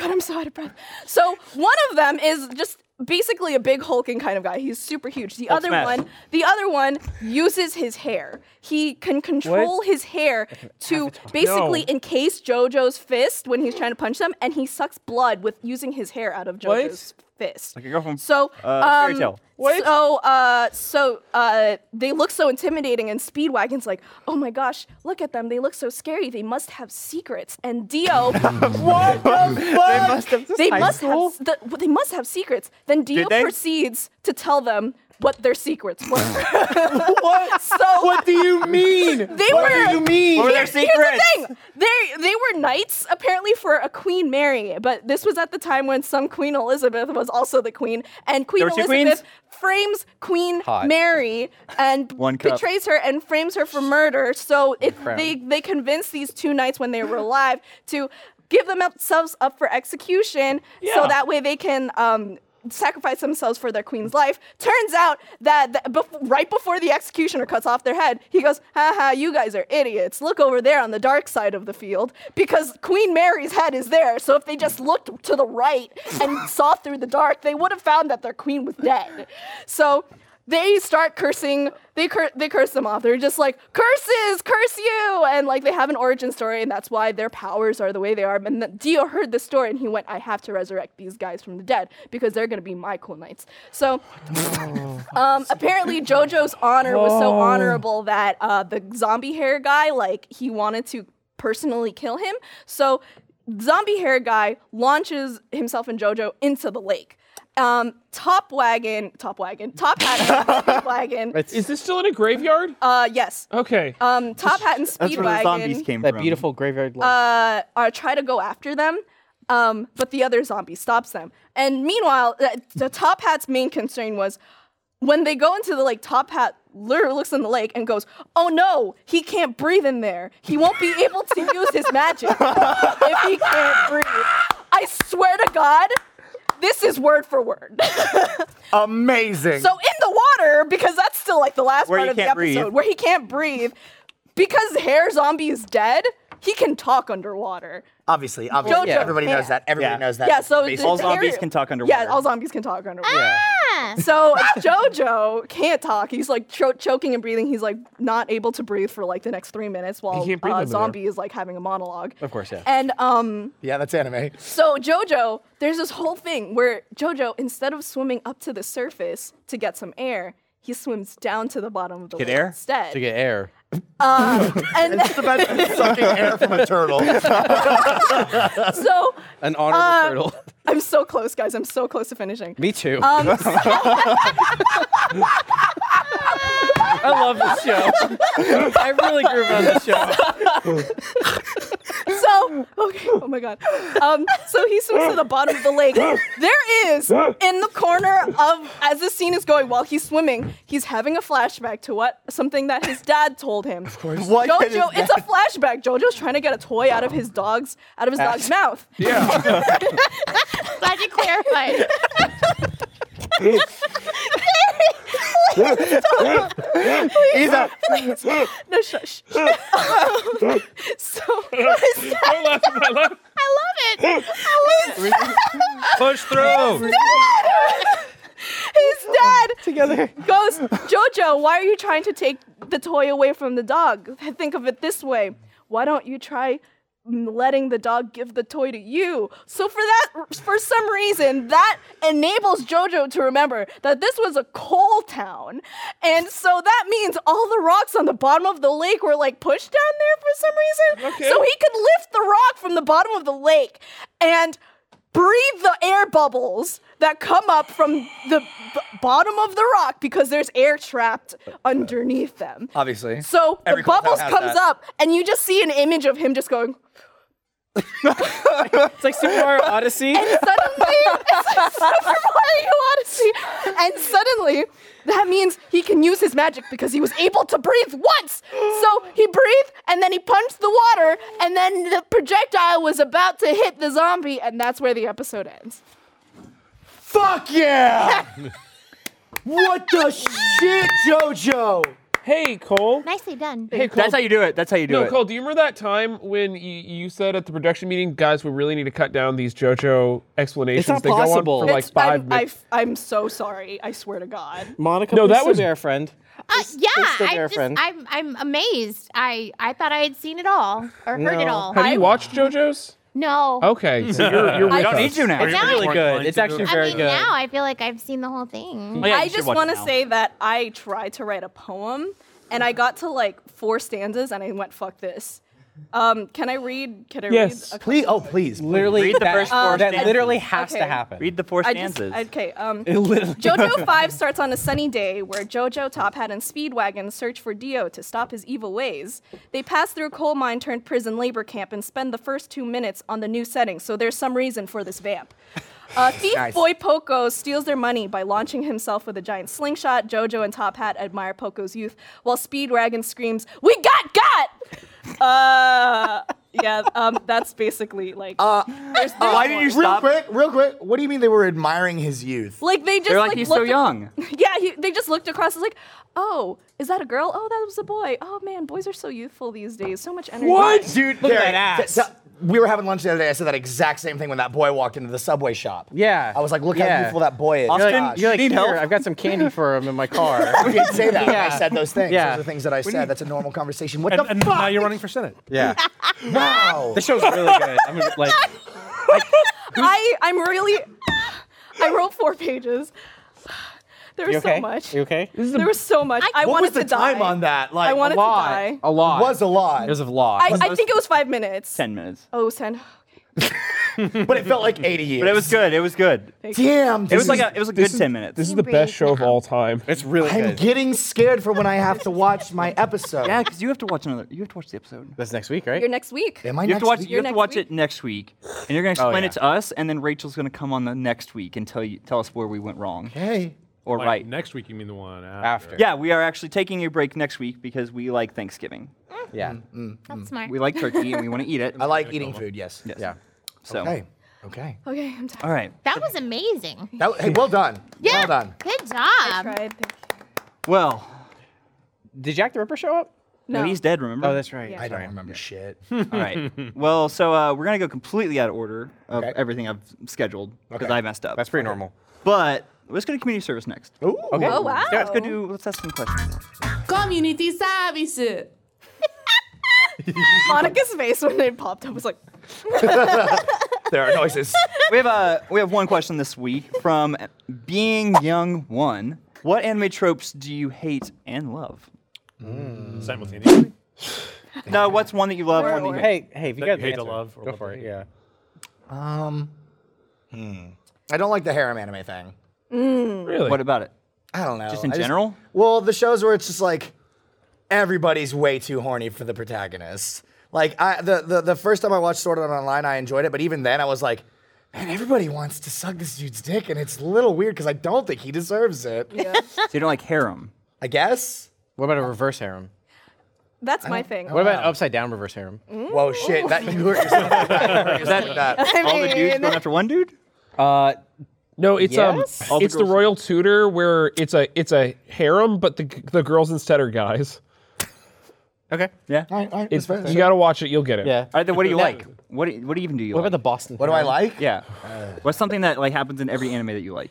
I'm so out of breath. So one of them is just basically a big hulking kind of guy. He's super huge. The Hulk other smash. one, the other one uses his hair. He can control his hair to basically No. encase JoJo's fist when he's trying to punch them, and he sucks blood with using his hair out of What? JoJo's fist. Like a girl from So, uh, um, Fairy Tale. so, uh, so uh, they look so intimidating, and Speedwagon's like, "Oh my gosh, look at them! They look so scary. They must have secrets." And [LAUGHS] Dio, what the They fuck? must have- this They high must have. school? s- the- well, they must have secrets. Then Dio Did they? proceeds to tell them what their secrets were. [LAUGHS] [LAUGHS] What? So [LAUGHS] What do you mean? [LAUGHS] They What were. do you mean? What were their Here- Here's secrets? the thing. They they were knights apparently for a Queen Mary, but this was at the time when some Queen Elizabeth was also the queen, and Queen There were two Elizabeth queens? frames Queen Hot. Mary and [LAUGHS] One cup. betrays her and frames her for murder. So it, crown. they they convinced these two knights when they were alive to give themselves up for execution, so Yeah. that way they can. Um, Sacrifice themselves for their queen's life. Turns out that the, bef- right before the executioner cuts off their head, he goes, "Haha, you guys are idiots. Look over there on the dark side of the field because Queen Mary's head is there. So if they just looked to the right and saw through the dark, they would have found that their queen was dead." So they start cursing. They cur- they curse them off. They're just like curses, curse you, and like they have an origin story, and that's why their powers are the way they are. And then Dio heard this story, and he went, "I have to resurrect these guys from the dead because they're gonna be my cool knights." So, um, apparently JoJo's honor was so Oh. Whoa. honorable that uh, the zombie hair guy, like he wanted to personally kill him, so zombie hair guy launches himself and JoJo into the lake. Um, top wagon, top wagon, top hat, [LAUGHS] and Speed wagon. Is this still in a graveyard? Uh, yes. Okay. Um, top hat and That's where the zombies speedwagon. came that from. beautiful graveyard. Lake. Uh, are try to go after them, um, but the other zombie stops them. And meanwhile, the, the top hat's main concern was when they go into the lake. Top hat literally looks in the lake and goes, "Oh no, he can't breathe in there. He won't be able to use his magic [LAUGHS] if he can't breathe." I swear to God, this is word for word. [LAUGHS] Amazing. So in the water, because that's still like the last Where part you of the can't episode breathe. where he can't breathe, because Hair Zombie is dead, he can talk underwater. Obviously, obviously, Jojo everybody knows can. that. Everybody knows that. yeah, so Basically. the- the hair- Yeah, all zombies can talk underwater. Yeah. Ah! So uh, Jojo can't talk. He's like cho- choking and breathing. He's like not able to breathe for like the next three minutes while can't breathe uh, under there. zombie is like having a monologue. Of course, yeah. And um, yeah, that's anime. so Jojo, there's this whole thing where Jojo, instead of swimming up to the surface to get some air, he swims down to the bottom of the lake instead. to get air. Um, and It's the best sucking air from a turtle. [LAUGHS] so An honorable uh, turtle. [LAUGHS] I'm so close, guys. I'm so close to finishing. Me [LAUGHS] too. Um, so- I love this show. I really grew up on this show. so okay, oh my god. Um, so he swims to the bottom of the lake. There is in the corner of as the scene is going while he's swimming, he's having a flashback to what something that his dad told him. Of course. What did his Jojo, it's a flashback. Jojo's trying to get a toy out of his dog's out of his Ass. dog's mouth. [LAUGHS] Yeah. Glad you clarified. He's a. no, [LAUGHS] shush. Um, so [LAUGHS] I love it. I love it. I love it. Push through. His dad together goes, Jojo, why are you trying to take the toy away from the dog? Think of it this way. Why don't you try mm, letting the dog give the toy to you? So for that for some reason, that enables Jojo to remember that this was a coal town. And so that means all the rocks on the bottom of the lake were like pushed down there for some reason. So he could lift the rock from the bottom of the lake and breathe the air bubbles that come up from the b- bottom of the rock because there's air trapped underneath them. Obviously. So Every the cool town bubbles has comes that. up, and you just see an image of him just going. It's like Super Mario Odyssey. And suddenly, [LAUGHS] it's like Super Mario Odyssey. And suddenly, that means he can use his magic because he was able to breathe once. So he breathed, and then he punched the water, and then the projectile was about to hit the zombie, and that's where the episode ends. [LAUGHS] Fuck yeah! what the shit, JoJo? Hey, Cole. [LAUGHS] Nicely done. Hey, Cole. That's how you do it. That's how you do no, it. Cole, do you remember that time when you, you said at the production meeting, guys, we really need to cut down these JoJo explanations? not they possible. go on for like It's- five I, minutes. f- I'm so sorry. I swear to God. Monica, No, no, that that was- was their friend. Uh, yeah, still I there, just, friend. I'm, I'm amazed. I, I thought I had seen it all or heard it No. all. Have you watched JoJo's? No. Okay, so you're, you're I with don't us. need you now. It's Now really I- good. It's actually I very mean, good. now I feel like I've seen the whole thing. I just want to say that I tried to write a poem and I got to like four stanzas and I went, fuck this. Um, can I read? Can I Yes. read? a Please. Oh, please. Literally, Read the that, first four that stanzas. literally has to Okay. happen. Read the four I just- stanzas. okay. Um, [LAUGHS] It literally- JoJo 5 starts on a sunny day where JoJo, Top Hat, and Speedwagon search for Dio to stop his evil ways. They pass through a coal mine turned prison labor camp and spend the first two minutes on the new setting, so there's some reason for this vamp. Uh, thief Nice. Boy Poco steals their money by launching himself with a giant slingshot. JoJo and Top Hat admire Poco's youth while Speedwagon screams, We got got! Uh, yeah, um, that's basically like. there's- there's why did more. you stop? Oh, Real quick, real quick. What do you mean they were admiring his youth? Like they just like, looked ac- young. [LAUGHS] yeah, he, they just looked across. It's like, oh, is that a girl? Oh, that was a boy. Oh man, boys are so youthful these days. So much energy. dude? Carrie, t- t- we were having lunch the other day. I said that exact same thing when that boy walked into the subway shop. Yeah. I was like, look yeah. how beautiful that boy is. You're Gosh. like, you're like here, I've got some candy for him in my car. You didn't say that. Yeah. I said those things. Yeah. Those are the things that I What do said. you- That's a normal conversation. What And- the and fuck? now you're running for Senate. Yeah. wow. The show's really good. I mean, like, I I'm really. [LAUGHS] I wrote four pages. There was you okay? so much. You okay? There was so much. I, what wanted was the to die. time on that? Like I wanted a lot. to die. A lot. It was a lot. It was a lot. I, I think it was five minutes. Ten minutes. Oh, ten. but it felt like 80 years. But it was good. It was good. Thank you. Damn. It was this like is- a, it was a this good is- ten minutes. This is the best show of all time. It's really I'm getting scared for when I have to watch my episode. Yeah, because you have to watch another. You have to watch the episode. That's next week, right? You're next week. Am I you have to watch. week? You have You're to watch next it next week, and you're gonna Oh, explain yeah. it to us, and then Rachel's gonna come on the next week and tell you tell us where we went wrong. Hey. Or Like, right. Next week, you mean the one after. Yeah, we are actually taking a break next week because we like Thanksgiving. Yeah. Mm-hmm. That's smart. We like turkey and we want to eat it. I like eating food, yes. Yes. Yeah. So. Okay. Okay. Okay, I'm tired. All right. That was amazing. That, hey, well done. Yeah. Well done. Good I job. tried. Thank you. Well. Did Jack the Ripper show up? No. No. he's dead. Remember? Oh, that's right. I don't remember shit. [LAUGHS] All right. Well, so uh, we're gonna go completely out of order of Okay. everything I've scheduled because Okay. I messed up. That's pretty normal. But let's go to community service next. Ooh. Okay. Oh wow. Yeah, let's go do. Let's ask some questions. [LAUGHS] Community service. Monica's face when it popped up was like, There are noises. we have a we have one question this week from being young one. What anime tropes do you hate and love? Simultaneously. No, what's one that you love? Or- one that you or- hate? Hey, hey, if you That got you the hate to answer, love or go love for to it. hate. Yeah. Um, hmm. [LAUGHS] I don't like the harem anime thing. Really? What about it? I don't know. Just in I general? well, the shows where it's just like everybody's way too horny for the protagonist. Like I, the, the the first time I watched Sword Art Online, I enjoyed it, but even then, I was like, man, everybody wants to suck this dude's dick, and it's a little weird because I don't think he deserves it. So you don't like harem? I guess. What about a reverse harem? that's my thing. What about upside down reverse harem? Whoa, shit! That you hurt yourself. with that. You hurt yourself with that. All the dudes going after one dude? Uh, No, it's Yes? um, All the it's the girls- royal tutor where it's a it's a harem, but the the girls instead are guys. okay. Yeah. All All right, all right, that's It's fair, that's you fair. gotta watch it, you'll get it. Yeah. right. Then what do you Now- like? What do- What even do you What like? about the Boston? What do I like? yeah. What's something that like happens in every anime that you like?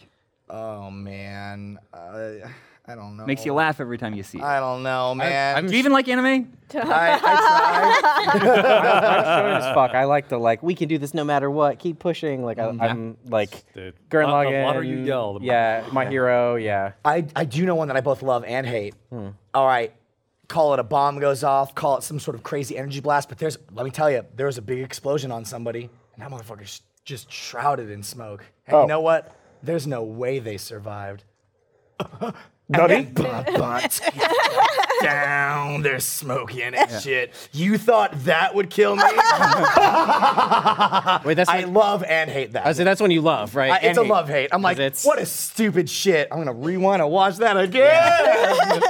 Oh man, uh, I don't know. Makes you laugh every time you see it. I don't know, man. do you even like anime? I, I tried. [LAUGHS] as fuck. I like the like. We can do this no matter what. Keep pushing. Like I, I'm like Dude. Gurren Uh, the Lagann. louder you yell, the more- yeah, my hero. Yeah. [LAUGHS] I, I do know one that I both love and hate. Hmm. All right, call it a bomb goes off, call it some sort of crazy energy blast, but there's, let me tell you, there was a big explosion on somebody, and that motherfucker's just shrouded in smoke. And Oh. you know what? There's no way they survived. [LAUGHS] Nutty? But [LAUGHS] down, there's smoke in it. Shit, you thought that would kill [LAUGHS] me? Wait, that's. I not- love and hate that. I said that's when you love, right? I- it's And a hate. [LAUGHS] love hate. I'm like, 'Cause it's- what a stupid shit. I'm gonna rewind and watch that again.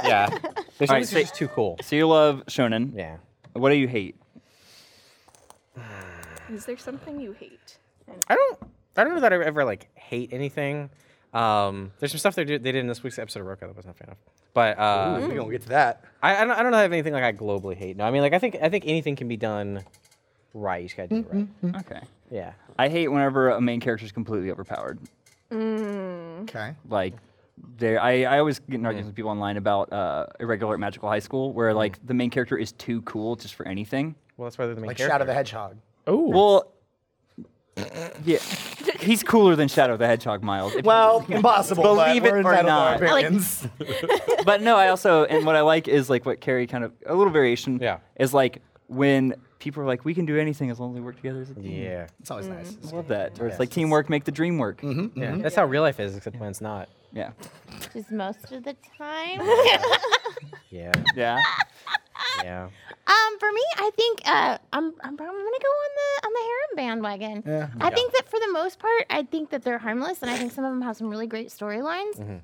Yeah. There's All right, right, so- just too cool. So you love shonen. Yeah. What do you hate? Is there something you hate? I don't. I don't know that I ever like hate anything. Um, there's some stuff they did, they did in this week's episode of Roku that wasn't a fan of, but uh, Ooh, we gonna get to that. I, I don't I don't have anything like I globally hate. No, I mean like I think I think anything can be done right. You just gotta do it right. Okay. Yeah. Hmm. I hate whenever a main character is completely overpowered. Okay. like there I, I always get in arguments with people online about uh, irregular magical high school where like the main character is too cool just for anything well that's why they're the main Like Shadow the Hedgehog. oh well yeah he's cooler than shadow the hedgehog miles [LAUGHS] If- Well, impossible. but believe it we're or entitled to our not opinions. but no i also and what i like is like what carrie kind of a little variation yeah is like when people are like we can do anything as long as we work together as a team Yeah. It's always nice. i love that or Yeah. it's like teamwork make the dream work Yeah. That's how real life is, except when it's not. yeah Just most of the time. [LAUGHS] Yeah. yeah Yeah. Um, for me, I think uh, I'm, I'm prob- I'm gonna go on the on the harem bandwagon. Yeah. I Yeah. think that for the most part, I think that they're harmless, and I think some of them have some really great storylines. Mhm.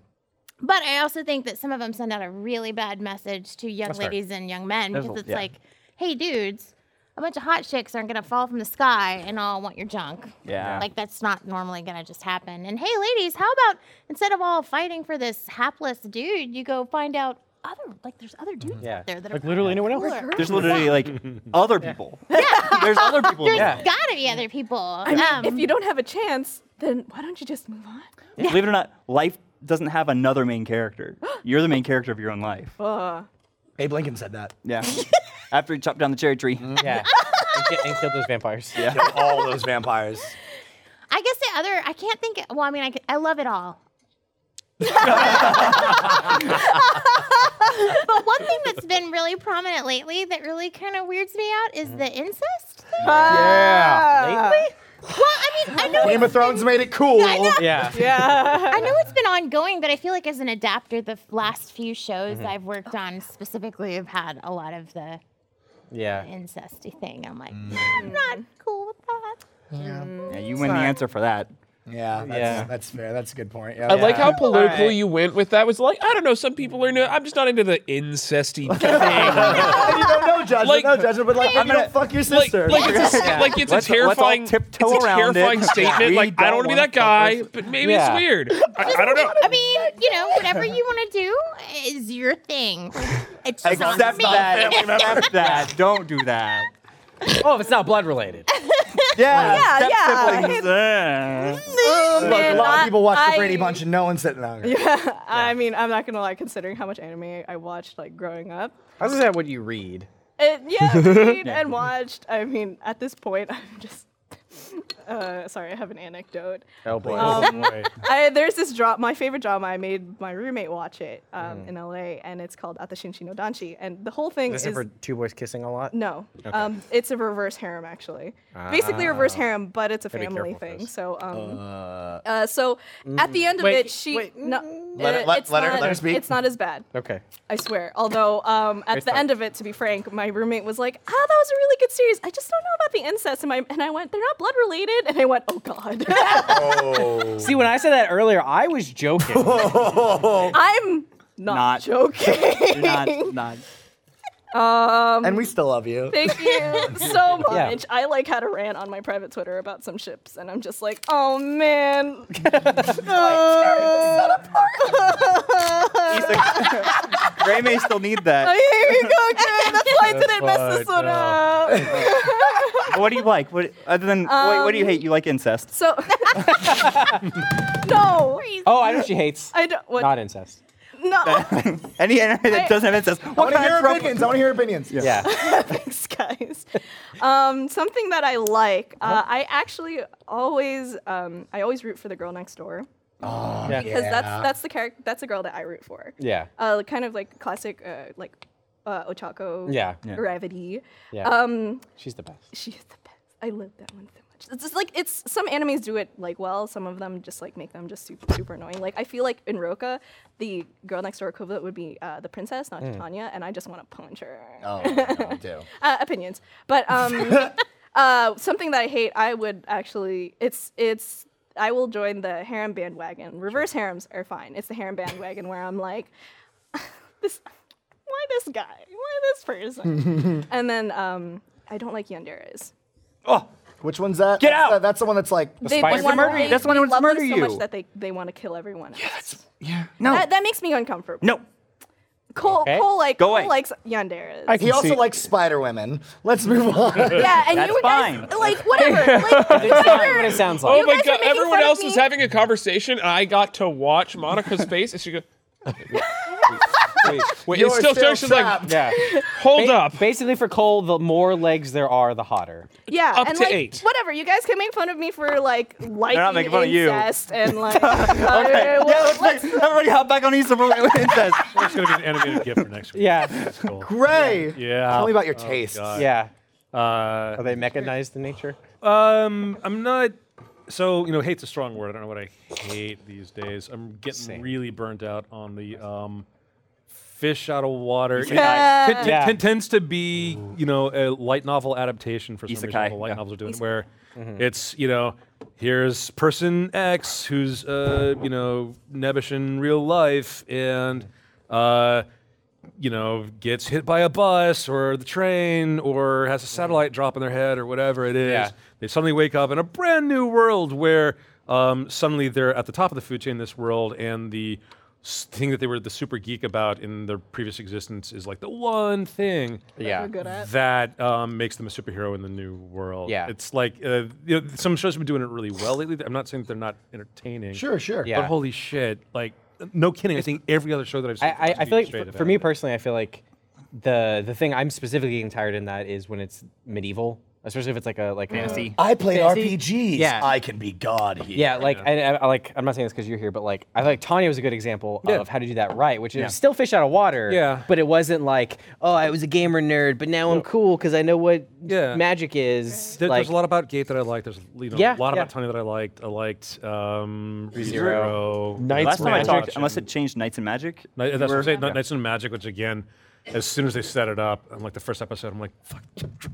But I also think that some of them send out a really bad message to young That's fair. ladies and young men There's because a- it's yeah. like, hey, dudes, a bunch of hot chicks aren't gonna fall from the sky and all want your junk. Yeah. Like that's not normally gonna just happen. And hey, ladies, how about instead of all fighting for this hapless dude, you go find out other like there's other dudes Yeah. out there that Like, are literally anyone there's literally [LAUGHS] like other people [LAUGHS] there's other people There's yeah. gotta be other people. Um, I mean, if you don't have a chance, then why don't you just move on? Believe it or not, life doesn't have another main character. You're the main character of your own life. Uh, Abe Lincoln said that. Yeah. After he chopped down the cherry tree. Yeah. and, ki- and killed those vampires. Yeah. Kill [LAUGHS] all those vampires. I guess the other, I can't think. Well, I mean, I, c- I love it all. [LAUGHS] but one thing that's been really prominent lately that really kind of weirds me out is Hmm. the incest. thing. Yeah. Lately? Well, I mean, I know Game of Thrones made it cool. I know- Yeah. I know it's been ongoing, but I feel like as an adapter, the f- last few shows Mm-hmm. Mhm. I've worked on specifically have had a lot of the Yeah. incesty thing. I'm like, Mm. I'm not cool with that. Mm. Yeah, you win the answer for that. Yeah, that's, Yeah. that's fair. That's a good point. I like how political political you went with that. Was like, I don't know, some people are. No, I'm just not into the [LAUGHS] incesty you don't know judgment, Like- no judgment, but like, I'm I'm gonna fuck your like, sister. like it's a, like it's a Let's- let's all terrifying, tiptoe it's a around it. terrifying Yeah. statement. We like I don't don't want to be wanna that guy, fuck but maybe Yeah. it's weird. I, I don't know. I mean, you know, whatever you want to do is your thing. It's just not Accept me. that. Accept [LAUGHS] that. Don't do that. Oh, if it's not blood related. yeah, yeah, step yeah. siblings. Oh, Look, a man, lot I- of people watch I- the Brady Bunch and no one's sitting on it. Yeah, I mean, I'm not gonna lie. Considering how much anime I watched, like growing up, I was gonna say what you read. [LAUGHS] it, yeah, I read Yeah. and watched. I mean, at this point, [LAUGHS] I'm just. Uh, sorry, I have an anecdote. Oh boy. Um, I, there's this drop. My favorite drama. I made my roommate watch it um, Mm. in LA, and it's called Atashinshi no Danshi. And the whole thing Is is it for two boys kissing a lot? no, Okay. um, it's a reverse harem actually. Basically, reverse Ah. harem, but it's a Gotta be family careful thing. So, um, Uh, uh, so at the end of Wait, it, she no, Let her- uh, let- it's let her- not, let her speak. It's not as bad. okay. I swear. Although um, at It's the fine. end of it, to be frank, my roommate was like, "Ah, that was a really good series. I just don't know about the incest." And, my, and I went, "They're not blood related." And I went, "Oh God." [LAUGHS] [LAUGHS] See, when I said that earlier, I was joking. I'm not, [LAUGHS] joking. You're not- not. Um, and we still love you. Thank you so much. Yeah. I like had a rant on my private Twitter about some ships, and I'm just like, oh man. [LAUGHS] [LAUGHS] Ray may still [LAUGHS] need that. Oh, Here we go again. That's why I didn't mess this That's one up. what do you like? What other than wait, what do you Um, hate? You like incest. So, [LAUGHS] no. Oh, I know she hates. I don't. What? Not incest. no. Any anime that doesn't have incest. I want to hear opinions. I want to hear opinions. Yeah. Thanks, guys. Um, something that I like. Uh, I actually always, um, I always root for the girl next door. Yeah. because Yeah. that's that's the character that's the girl that I root for. Yeah. Uh, kind of like classic uh, like uh, Ochako. Yeah. Yeah. Gravity. Yeah. Um, She's the best. she is the best. I love that one so much. It's just like it's some animes do it like well. Some of them just like make them just super super annoying. Like I feel like in Roka, the girl next door equivalent would be uh, the princess, not Mm. Titania, and I just want to punch her Oh, I do. uh, opinions. But [LAUGHS] um, uh, something that I hate, I would actually, it's it's. I will join the harem bandwagon. Reverse harems are fine. It's the harem bandwagon where I'm like, [LAUGHS] this, why this [LAUGHS] guy, why this person, and then um, I don't like yanderes. Oh, Which one's that? Get out! that's the one that's like They- they wanna- they- they love me so much that they, they want to kill everyone. Else. yeah. no. That, that makes me uncomfortable. No. Cole, Okay. Cole, like, Go Cole away. likes Yanderas. he also likes spider women. Let's move [LAUGHS] on. Yeah, and you guys, like, [LAUGHS] whatever. Like, what it sounds oh my god! Everyone else was having a conversation, and I got to watch Monica's face, and she goes, Wait, wait, it's still still She's like, trapped. yeah. Hold up. Basically, for Cole, the more legs there are, the hotter. yeah, Up and to like, eight. whatever. You guys can make fun of me for like [LAUGHS] liking making fun of you. incest and like. [LAUGHS] Okay. uh, [LAUGHS] Yeah, let's make- everybody hop back on Easter for incest. It's going to be an animated gift for next week. Yeah. [LAUGHS] Gray. Yeah. Tell me about your Oh, tastes. God. [LAUGHS] Yeah. Uh, Are they mechanized in nature? Um, I'm not. So you know, hate's a strong word. I don't know what I hate these days. I'm getting really burnt out on the um, fish out of water. It- Isekai. It, t- Yeah. t- tends to be you know a light novel adaptation for some reason. Isekai, The light yeah. novels are doing Isekai. where Mhm. it's you know here's person X who's uh, you know nebbish in real life and. Uh, you know, gets hit by a bus or the train or has a satellite drop in their head or whatever it is. Yeah. They suddenly wake up in a brand new world where um, suddenly they're at the top of the food chain in this world and the s- thing that they were the super geek about in their previous existence is like the one thing Yeah. they're good at. that um, makes them a superhero in the new world. Yeah. It's like uh, you know, some shows have been doing it really well lately. I'm not saying that they're not entertaining. Sure, sure. But Yeah. holy shit, like, no kidding. I think every other show that I've seen. I, has I, I feel been like straight for, about for me it. personally, I feel like the the thing I'm specifically getting tired in that is when it's medieval, especially if it's like a like a- Fantasy. I play Fantasy? RPGs. Yeah. I can be God here. yeah, like I, I, I like I'm not saying this because you're here, but like I feel like Tanya was a good example Yeah. of how to do that right, which is Yeah. still fish out of water. Yeah. But it wasn't like, oh, I was a gamer nerd, but now I'm cool because I know what Yeah. magic is. There- like, there's a lot about Gate that I liked. There's you know, Yeah, a lot yeah. about Tony that I liked. I liked um, Zero. Zero. Knights Last time I talked, unless it changed Knights and Magic. Knight, you that's what were- I'm saying. Knight- Knights and Magic, which again, as soon as they set it up, I'm like the first episode, I'm like, fuck,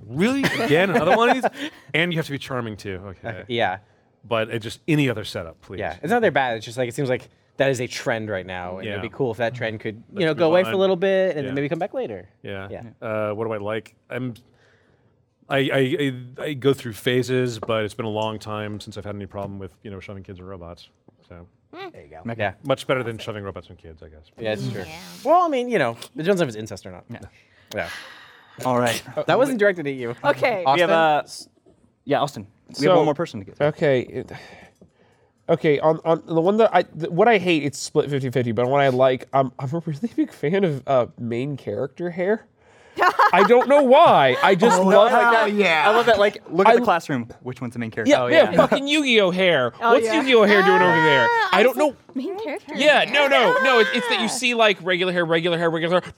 really? Again, another one of [LAUGHS] these? And you have to be charming too. Okay. Uh, Yeah. But it just any other setup, please. Yeah, it's not that bad. It's just like it seems like that is a trend right now, and Yeah. it'd be cool if that trend could you Let's know go move away for on. a little bit and Yeah. then maybe come back later. Yeah. Yeah. Uh, what do I like? I'm. I, I, I, I go through phases, but it's been a long time since I've had any problem with you know shoving kids and robots. So there you go. Yeah. much better than shoving robots and kids, I guess. Yeah, it's true. Well, I mean, you know, it depends if it's incest or not. Yeah. Yeah. All right. That wasn't directed at you. Okay. We have uh, yeah, Austin. We have one more person to get. Okay. it- Okay, on, on the one that I th- what I hate it's split 50-50, but what I like I'm I'm a really big fan of uh, main character hair. I don't know why. I just Oh, love I like that. yeah. I love that. Like, look at I- the classroom. Which one's the main character? Yeah, yeah, fucking Yu-Gi-Oh [LAUGHS] hair. What's Yu-Gi-Oh hair doing over there? I don't know. Main character. Yeah, no, no, no. It's, it's that you see like regular hair, regular hair, regular hair.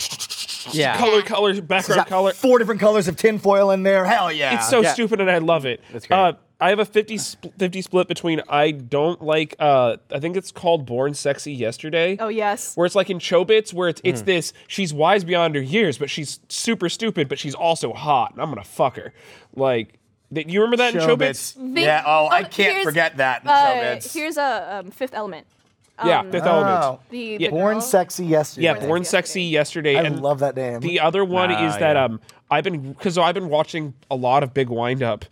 Yeah. Color, color, It's background got color. Four different colors of tinfoil in there. Hell yeah. It's so Yeah. stupid and I love it. Uh, I have a 50 spl- 50 split between I don't like uh, I think it's called Born Sexy Yesterday. Oh yes. Where it's like in Chobits where it's it's Mm. this she's wise beyond her years but she's super stupid but she's also hot and I'm going to fuck her. Like that you remember that in Chobits? They- oh, here's- uh, Here's a um, Fifth Element. Yeah, Um, Fifth Element. The, Yeah. the girl- Oh. Sexy yesterday. Yeah, Born Sexy yesterday. I and love that damn. The other one Ah, is that yeah. um I've been because I've been watching a lot of Big Wind Up,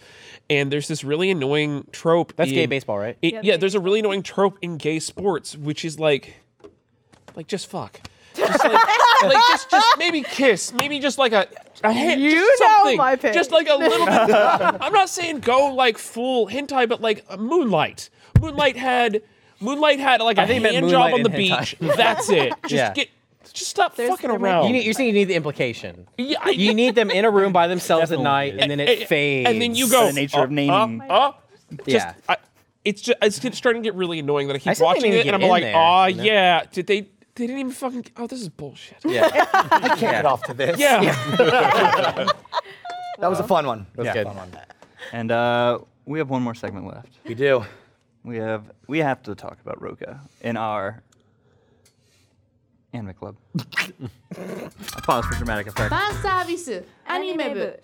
and there's this really annoying trope. That's gay in- baseball, right? it- yeah, there's a really annoying trope in gay sports, which is like, like just fuck. Just like, [LAUGHS] like just, just maybe kiss, maybe just like a, a hint, You just know something, my pain. just like a little. bit. [LAUGHS] I'm not saying go like full hentai, but like Moonlight. Moonlight had, Moonlight had like a I think you meant hand job Moonlight on the and hentai. beach. [LAUGHS] That's it. Just Yeah. get, just stop fucking around. You need, you're saying you need the implication. Yeah, you need them in a room by themselves at night, and then it fades. And then you go. The nature of "Uh, naming." Uh, uh, just, Yeah. I, it's just it's just starting to get really annoying that I I keep still think they watching need it to and I'm get in like, there, ah, you know?" yeah. Did they? They didn't even fucking. Oh, this is bullshit. [LAUGHS] Yeah. I can't get off to this. Yeah. that was a fun one. That was Yeah. a fun one. And uh, we have one more segment left. We do. We have we have to talk about Roka in our anime club. I pause for dramatic effect. Fan service. Anime book.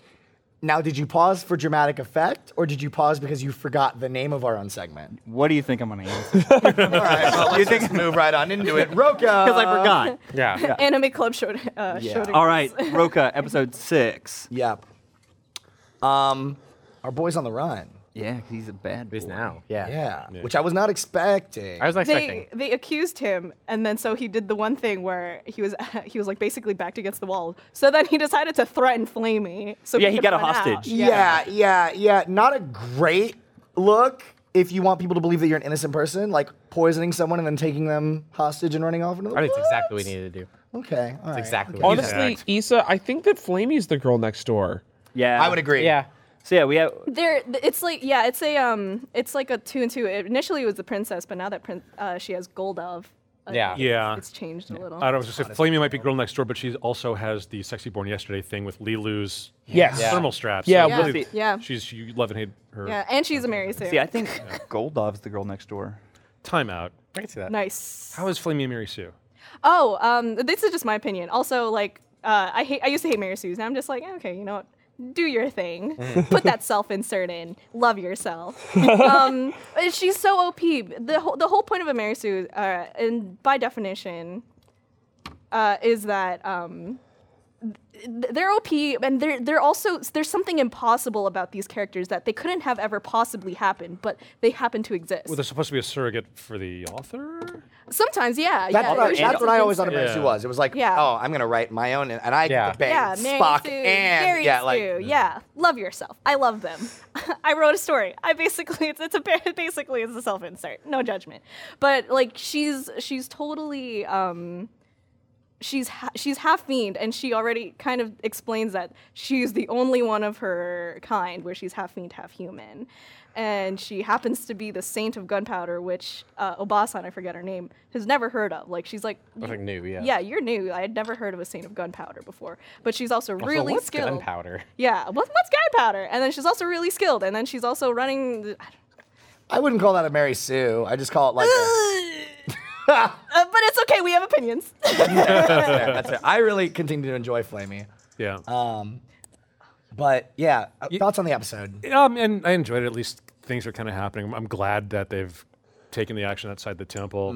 Now, did you pause for dramatic effect, or did you pause because you forgot the name of our own [LAUGHS] segment? What do you think I'm gonna answer? All right, well, let's just move right on into [LAUGHS] it. Roka. Because I forgot. Yeah. Anime Club showed. Uh, showed [LAUGHS] All right, Roka, episode six. Yep. Um, our boys on the run. Yeah, 'cause he's a bad boy. He's now. Yeah. Yeah. Which I was not expecting. I was They, they accused him, and then so he did the one thing where he [LAUGHS] was he was like basically backed against the wall. So then he decided to threaten Flamey. So could run out. Yeah. yeah, yeah, Not a great look if you want people to believe that you're an innocent person, like poisoning someone and then taking them hostage and running off into the I think it's exactly what we needed to do. Okay. It's exactly what we needed to do. Honestly, Issa, I think that Flamey's the girl next door. Yeah, I would agree. Yeah. So yeah, we have. There, th- it's like yeah, it's a um, it's like a two and two. It, initially, it was the princess, but now that prin- uh, she has gold of, uh, Yeah. it's, Yeah. it's changed a little. I don't know. Just Flamey might be girl next door, but she also has the sexy born yesterday thing with Lilu's Yes. Yeah. thermal straps. Yeah, Yeah. really, Yeah. She's you love and hate her. yeah, and she's a Mary Sue. See, I [LAUGHS] think Goldov's the girl next door. Timeout. I can see that. Nice. How is Flamey and Mary Sue? Oh, um, this is just my opinion. Also, like, uh, I hate. I used to hate Mary Sue's. Now I'm just like, okay, you know what? Do your thing. [LAUGHS] Mm. Put that self-insert in. Love yourself. um, she's so OP. The whole the whole point of a Mary Sue, uh, and by definition, uh, is that um, th- they're OP, and they're they're also there's something impossible about these characters that they couldn't have ever possibly happened, but they happen to exist. Well, they're supposed to be a surrogate for the author. Sometimes, yeah, That's, yeah. what, I- usually that's what I always thought something- of Mary Sue was. It was like, Yeah. oh, I'm gonna write my own, and I Yeah. get to bang yeah, Mary Spock Sue, and Mary yeah, Sue, like mm. yeah, love yourself. I love them. [LAUGHS] I wrote a story. I basically it's, it's a ba- [LAUGHS] basically it's a self insert. No judgment, but like she's she's totally um she's ha- she's half fiend and she already kind of explains that she's the only one of her kind where she's half fiend half human and she happens to be the saint of gunpowder which uh, obasan i forget her name has never heard of like she's like I think new, yeah. yeah, you're new. I had never heard of a saint of gunpowder before, but she's also Also, really what's skilled. gunpowder? Yeah, what, what's gunpowder? And then she's also really skilled, and then she's also running. The, I wouldn't call that a Mary Sue. I just call it like. [LAUGHS] uh, but it's okay. We have opinions. [LAUGHS] Yeah, that's fair, that's fair. I really continue to enjoy Flamey. Yeah. Uh, Um, but yeah, uh, thoughts on the episode? Um, and I enjoyed it. At least things are kind of happening. I'm- I'm glad that they've taken the action outside the temple.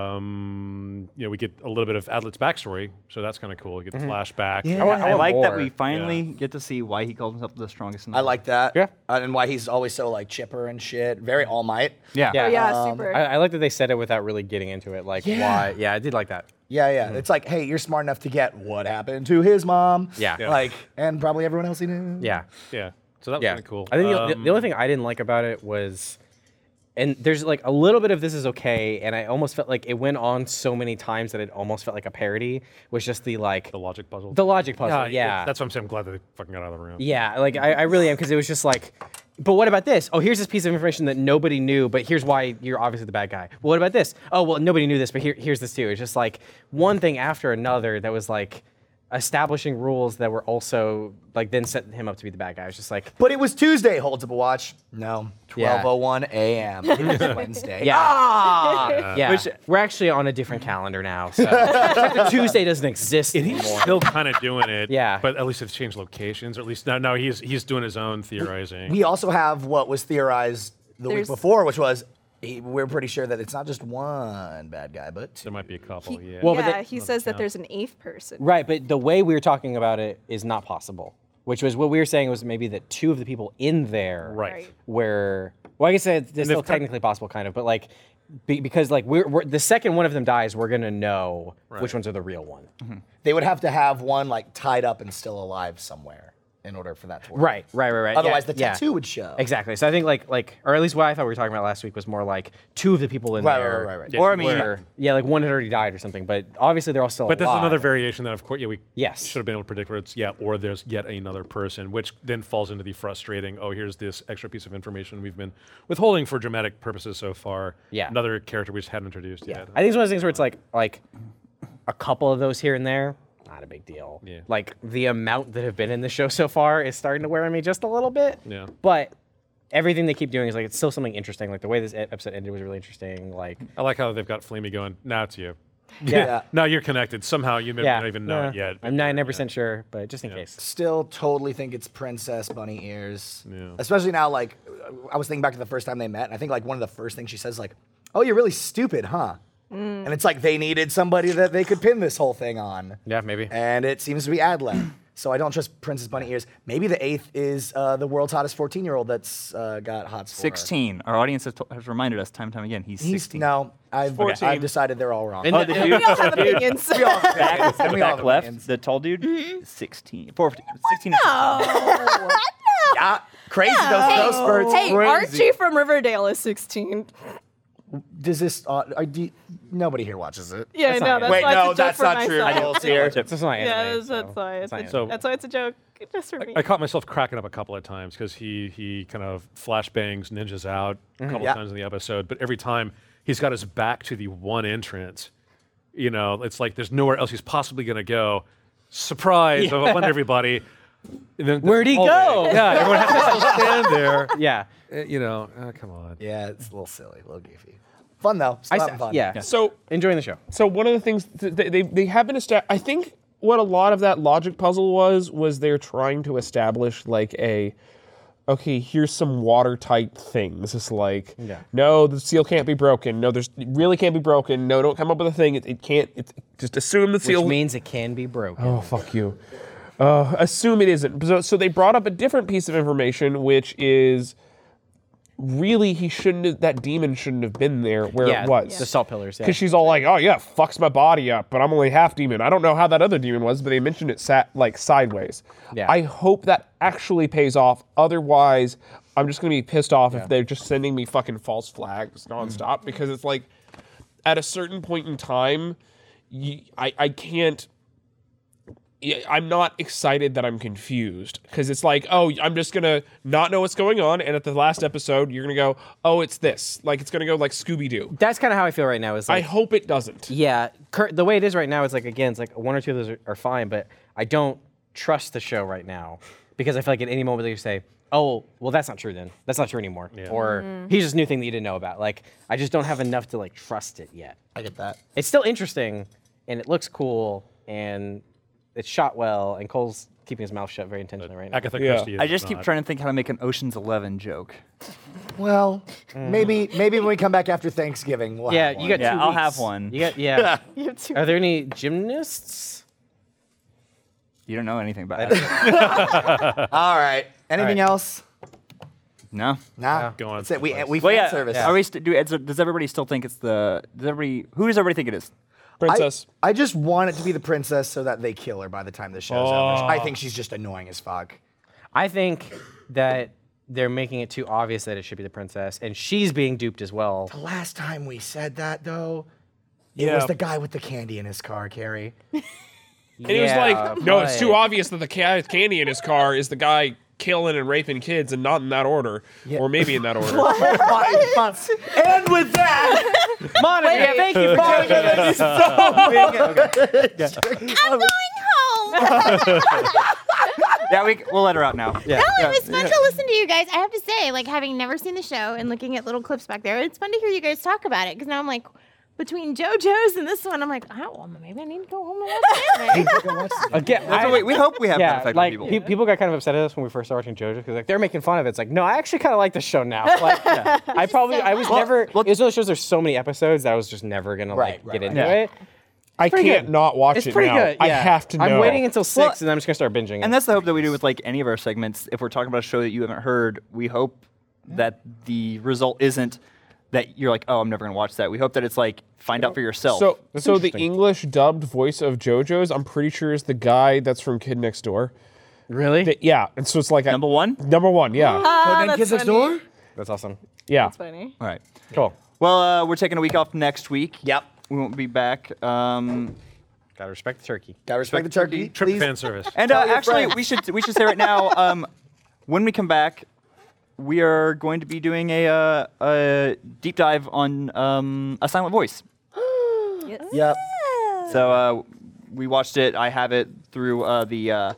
Um, you know, we get a little bit of Adlet's backstory, so that's kind of cool. We get the Mm-hmm. Mhm. flashback. I, like that we finally get to see why he called himself the strongest. In the I world. like that. Yeah. and why he's always so like chipper and shit. Very All Might. Oh, Um, I, I like that they said it without really getting into it. Like Yeah. why? Yeah, I did like that. yeah, yeah. It's like, hey, you're smart enough to get what happened to his mom. Yeah. Yeah. Like, and probably everyone else he knew. Yeah. Yeah. So that was yeah. kinda cool. I think the- the, Um, the only thing I didn't like about it was, and there's like a little bit of this is okay, and I almost felt like it went on so many times that it almost felt like a parody. Was just the like the logic puzzle. The logic puzzle. Yeah, Yeah. That's what I'm saying. I'm glad that they fucking got out of the room. Yeah, like I, I really am because it was just like, but what about this? Oh, here's this piece of information that nobody knew, but here's why you're obviously the bad guy. Well, what about this? Oh, well, nobody knew this, but here, here's this too. It's just like one thing after another that was like establishing rules that were also like then setting him up to be the bad guy. It was just like, But it was Tuesday, holds up a watch. No, Yeah. 12:01 a.m. It was Wednesday. [LAUGHS] yeah, Ah! yeah. Which- we're actually on a different calendar now. So Except that Tuesday doesn't exist And he's anymore. still kind of doing it. Yeah. But at least it's changed locations, or at least now, now he's he's doing his own theorizing. we also have what was theorized the There's- week before, which was he, we're pretty sure that it's not just one bad guy, but there might be a couple. Oh, yeah. Well, but yeah, they- he says that there's an eighth person. Right, but the way we were talking about it is not possible. Which was what we were saying was maybe that two of the people in there Right. were well, I guess it's it's still they've kind- technically possible, kind of, but like be, because like we're, we're the second one of them dies, we're gonna know which ones are the real one. They would have to have one like tied up and still alive somewhere in order for that to work. Right, right, right, right. yeah, Otherwise, the yeah. tattoo would show. Exactly. So I think like like or at least what I thought we were talking about last week was more like two of the people in Right, right, there. right, right, right. Or, I mean- were- yeah, like one had already died or something, but obviously they're all still But alive. that's another variation that, of course, yeah, we Yes. should have been able to predict where it's yeah, or there's yet another person, which then falls into the frustrating. Oh, here's this extra piece of information we've been withholding for dramatic purposes so far. Yeah. another character we just hadn't introduced yet. I think it's one of those things where it's like like a couple of those here and there, not a big deal. Yeah. Like the amount that have been in the show so far is starting to wear on me just a little bit. Yeah. But everything they keep doing is like it's still something interesting. Like the way this e- episode ended was really interesting. Like I like how they've got Flamey going. Now it's you. Yeah. Yeah. [LAUGHS] now you're connected somehow. You may yeah, not even know it yeah, yet. I'm 99 percent sure, but just in case. Still totally think it's Princess Bunny Ears. Especially now, like, I was thinking back to the first time they met, and I think, like, one of the first things she says, like, oh, you're really stupid, huh? Mm. And it's like they needed somebody that they could pin this whole thing on. Yeah, maybe. [CLEARS THROAT] And it seems to be Adlin. so I don't trust Princess Bunny ears. Maybe the eighth is uh, the world's hottest 14 year old that's uh, got hot for her. 16. Our audience has, to- has reminded us time and time again. He's, He's- 16. No, I've, 14. I've decided they're all wrong. [LAUGHS] And Oh, the- the dude- we all have opinions. we [LAUGHS] all have Back, opinions. the and we all back have left, opinions. the tall dude, Mm-hmm. 16. 14, 16 or No. Yeah, crazy Hey, those, those birds. hey, crazy. Archie from Riverdale is 16. Does this? Uh, are, do, nobody here watches it. Yeah, not I know, anime. that's Wait, why it's a no, joke that's for not true. myself. Adults here. This is not yeah, that's, that's why. It's, not a, anime. that's why it's a joke just for me. I caught myself cracking up a couple of times because he he kind of flashbangs ninjas out a Mhm. couple Yeah. times in the episode, but every time he's got his back to the one entrance. You know, it's like there's nowhere else he's possibly gonna go. Surprise! Yeah. I wonder everybody. And then Where'd he oh, go? Yeah, everyone has to still stand there. Yeah. Uh, you know, uh, come on. Yeah, it's a little silly, a little goofy. Fun though. I Still s- having fun. yeah. So enjoying the show. So one of the things th- they, they they have been established. I think what a lot of that logic puzzle was was they're trying to establish like a okay here's some watertight things. It's like Yeah. no the seal can't be broken. No there's it really can't be broken. No don't come up with a thing. It, it can't. It, just assume the seal Which means it can be broken. Oh fuck you. Uh, assume it isn't. So, so they brought up a different piece of information, which is really he shouldn't. Have, that demon shouldn't have been there where Yeah, it was. the salt pillars, yeah. Because she's all like, "Oh yeah, fucks my body up," but I'm only half demon. I don't know how that other demon was, but they mentioned it sat like sideways. Yeah. I hope that actually pays off. Otherwise, I'm just gonna be pissed off Yeah. Mm. if they're just sending me fucking false flags nonstop. Because it's like, at a certain point in time, you, I I can't yeah, I'm not excited that I'm confused because it's like, oh, I'm just gonna not know what's going on, and at the last episode, you're gonna go, oh, it's this, like it's gonna go like Scooby Doo. That's kind of how I feel right now. Is like, I hope it doesn't. Yeah, cur- the way it is right now is like again, it's like one or two of those are, are fine, but I don't trust the show right now because I feel like at any moment they could say, "Oh, well, that's not true. Then that's not true anymore," or Mhm. "Here's this new thing that you didn't know about." Like I just don't have enough to like trust it yet. I get that. It's still interesting, and it looks cool, and it's shot well, and Cole's keeping his mouth shut very intentionally right now. I just keep trying to think how to make an Ocean's Eleven joke. Well, Mm. maybe maybe when we come back after Thanksgiving, we'll yeah, have you one. got Yeah, two I'll weeks. have one. You [LAUGHS] got yeah. You have two Are there any gymnasts? You don't know anything about it. All right. Anything All right. else? No. Nah. Go on. That's it. We, we well, fan yeah. service. Are we st- do, is- does everybody still think it's the? Does everybody? Who does everybody think it is? I, I just want it to be the princess so that they kill her by the time the show's over. Oh. I think she's just annoying as fuck. I think that they're making it too obvious that it should be the princess, and she's being duped as well. The last time we said that though, it Yeah. was the guy with the candy in his car, Carrie. And it was like, no, it's too obvious that the ca- candy in his car is the guy killing and raping kids, and not in that order, or maybe in that order. and with that, Monica, Wait. thank you for Monica, joining that us. is so I'm going Oh. [LAUGHS] home. [LAUGHS] yeah, we, we'll let her out now. Yeah. No, it was fun to listen to you guys. I have to say, like having never seen the show and looking at little clips back there, it's fun to hear you guys talk about it because now I'm like, between JoJo's and this one, I'm like, oh, well, maybe I need to go home and [LAUGHS] watch anime. Again, That's what we- we hope we have that yeah, effect on like, people. pe- got kind of upset at us when we first started watching JoJo because like they're making fun of it. It's like, no, I actually kind of like the show now. Like, I probably, I was never. it was one of those shows. There's so many episodes that I was just never gonna Right, like right, get right. into Yeah. it. I Pretty can't good. not watch it's it pretty now. Good, I yeah. have to I'm know. waiting until six, Well, and then I'm just gonna start binging. it. And that's the hope that we do with like any of our segments. If we're talking about a show that you haven't heard, we hope that the result isn't that you're like, oh, I'm never gonna watch that. We hope that it's like find out for yourself. So, so the English dubbed voice of JoJo's, I'm pretty sure, is the guy that's from Kid Next Door. Really? [LAUGHS] yeah. And so it's like number one. Number one. Yeah. Ah, Codename Kids Next Door? That's awesome. Yeah. That's funny. All right. Cool. Well, uh, we're taking a week off next week. Yep. We won't be back. Um, Gotta respect the turkey. Gotta respect the turkey. Trip fan service. And uh, actually, we should we should say right now, um, when we come back, we are going to be doing a, uh, a deep dive on um, a silent voice. Yep. So uh, we watched it. I have it through uh, the uh,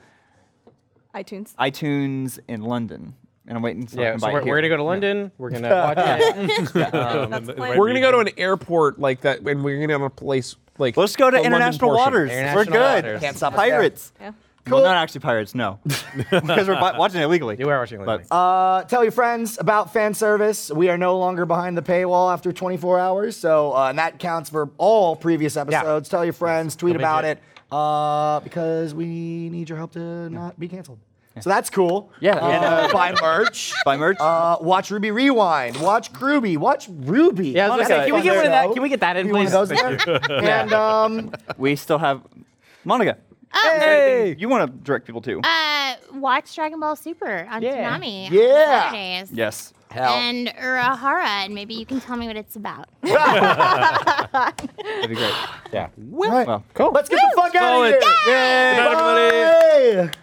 iTunes. iTunes in London, and I'm waiting. For Yeah, so we're, we're gonna go to London. We're gonna watch it. Um, we're gonna go to an airport like that, and we're gonna have a place like. Let's go to international waters. we're good. Pirates. Yeah. Well, not actually pirates. [LAUGHS] No, because we're bu- watching it illegally. You are watching it illegally. Uh, tell your friends about fan service. We are no longer behind the paywall after 24 hours, so uh, and that counts for all previous episodes. Tell your friends, tweet Go binge about it. it. uh, because we need your help to not be canceled. So that's cool. Yeah. [LAUGHS] Uh, buy merch. Buy merch. Uh, watch Ruby Rewind. Watch Groovy. Watch Ruby. Yeah, I was gonna say, can we get one of that? Can we get that in, You want please? those there? [LAUGHS] And um, we still have Monica. Hey! You want to direct people to? Uh, watch Dragon Ball Super on Tsunami. Yeah. On Saturdays. Yes. And Urahara, and maybe you can tell me what it's about. That'd be great. Yeah. Well, cool. Let's get the fuck out of Solid. here. Good night, Bye.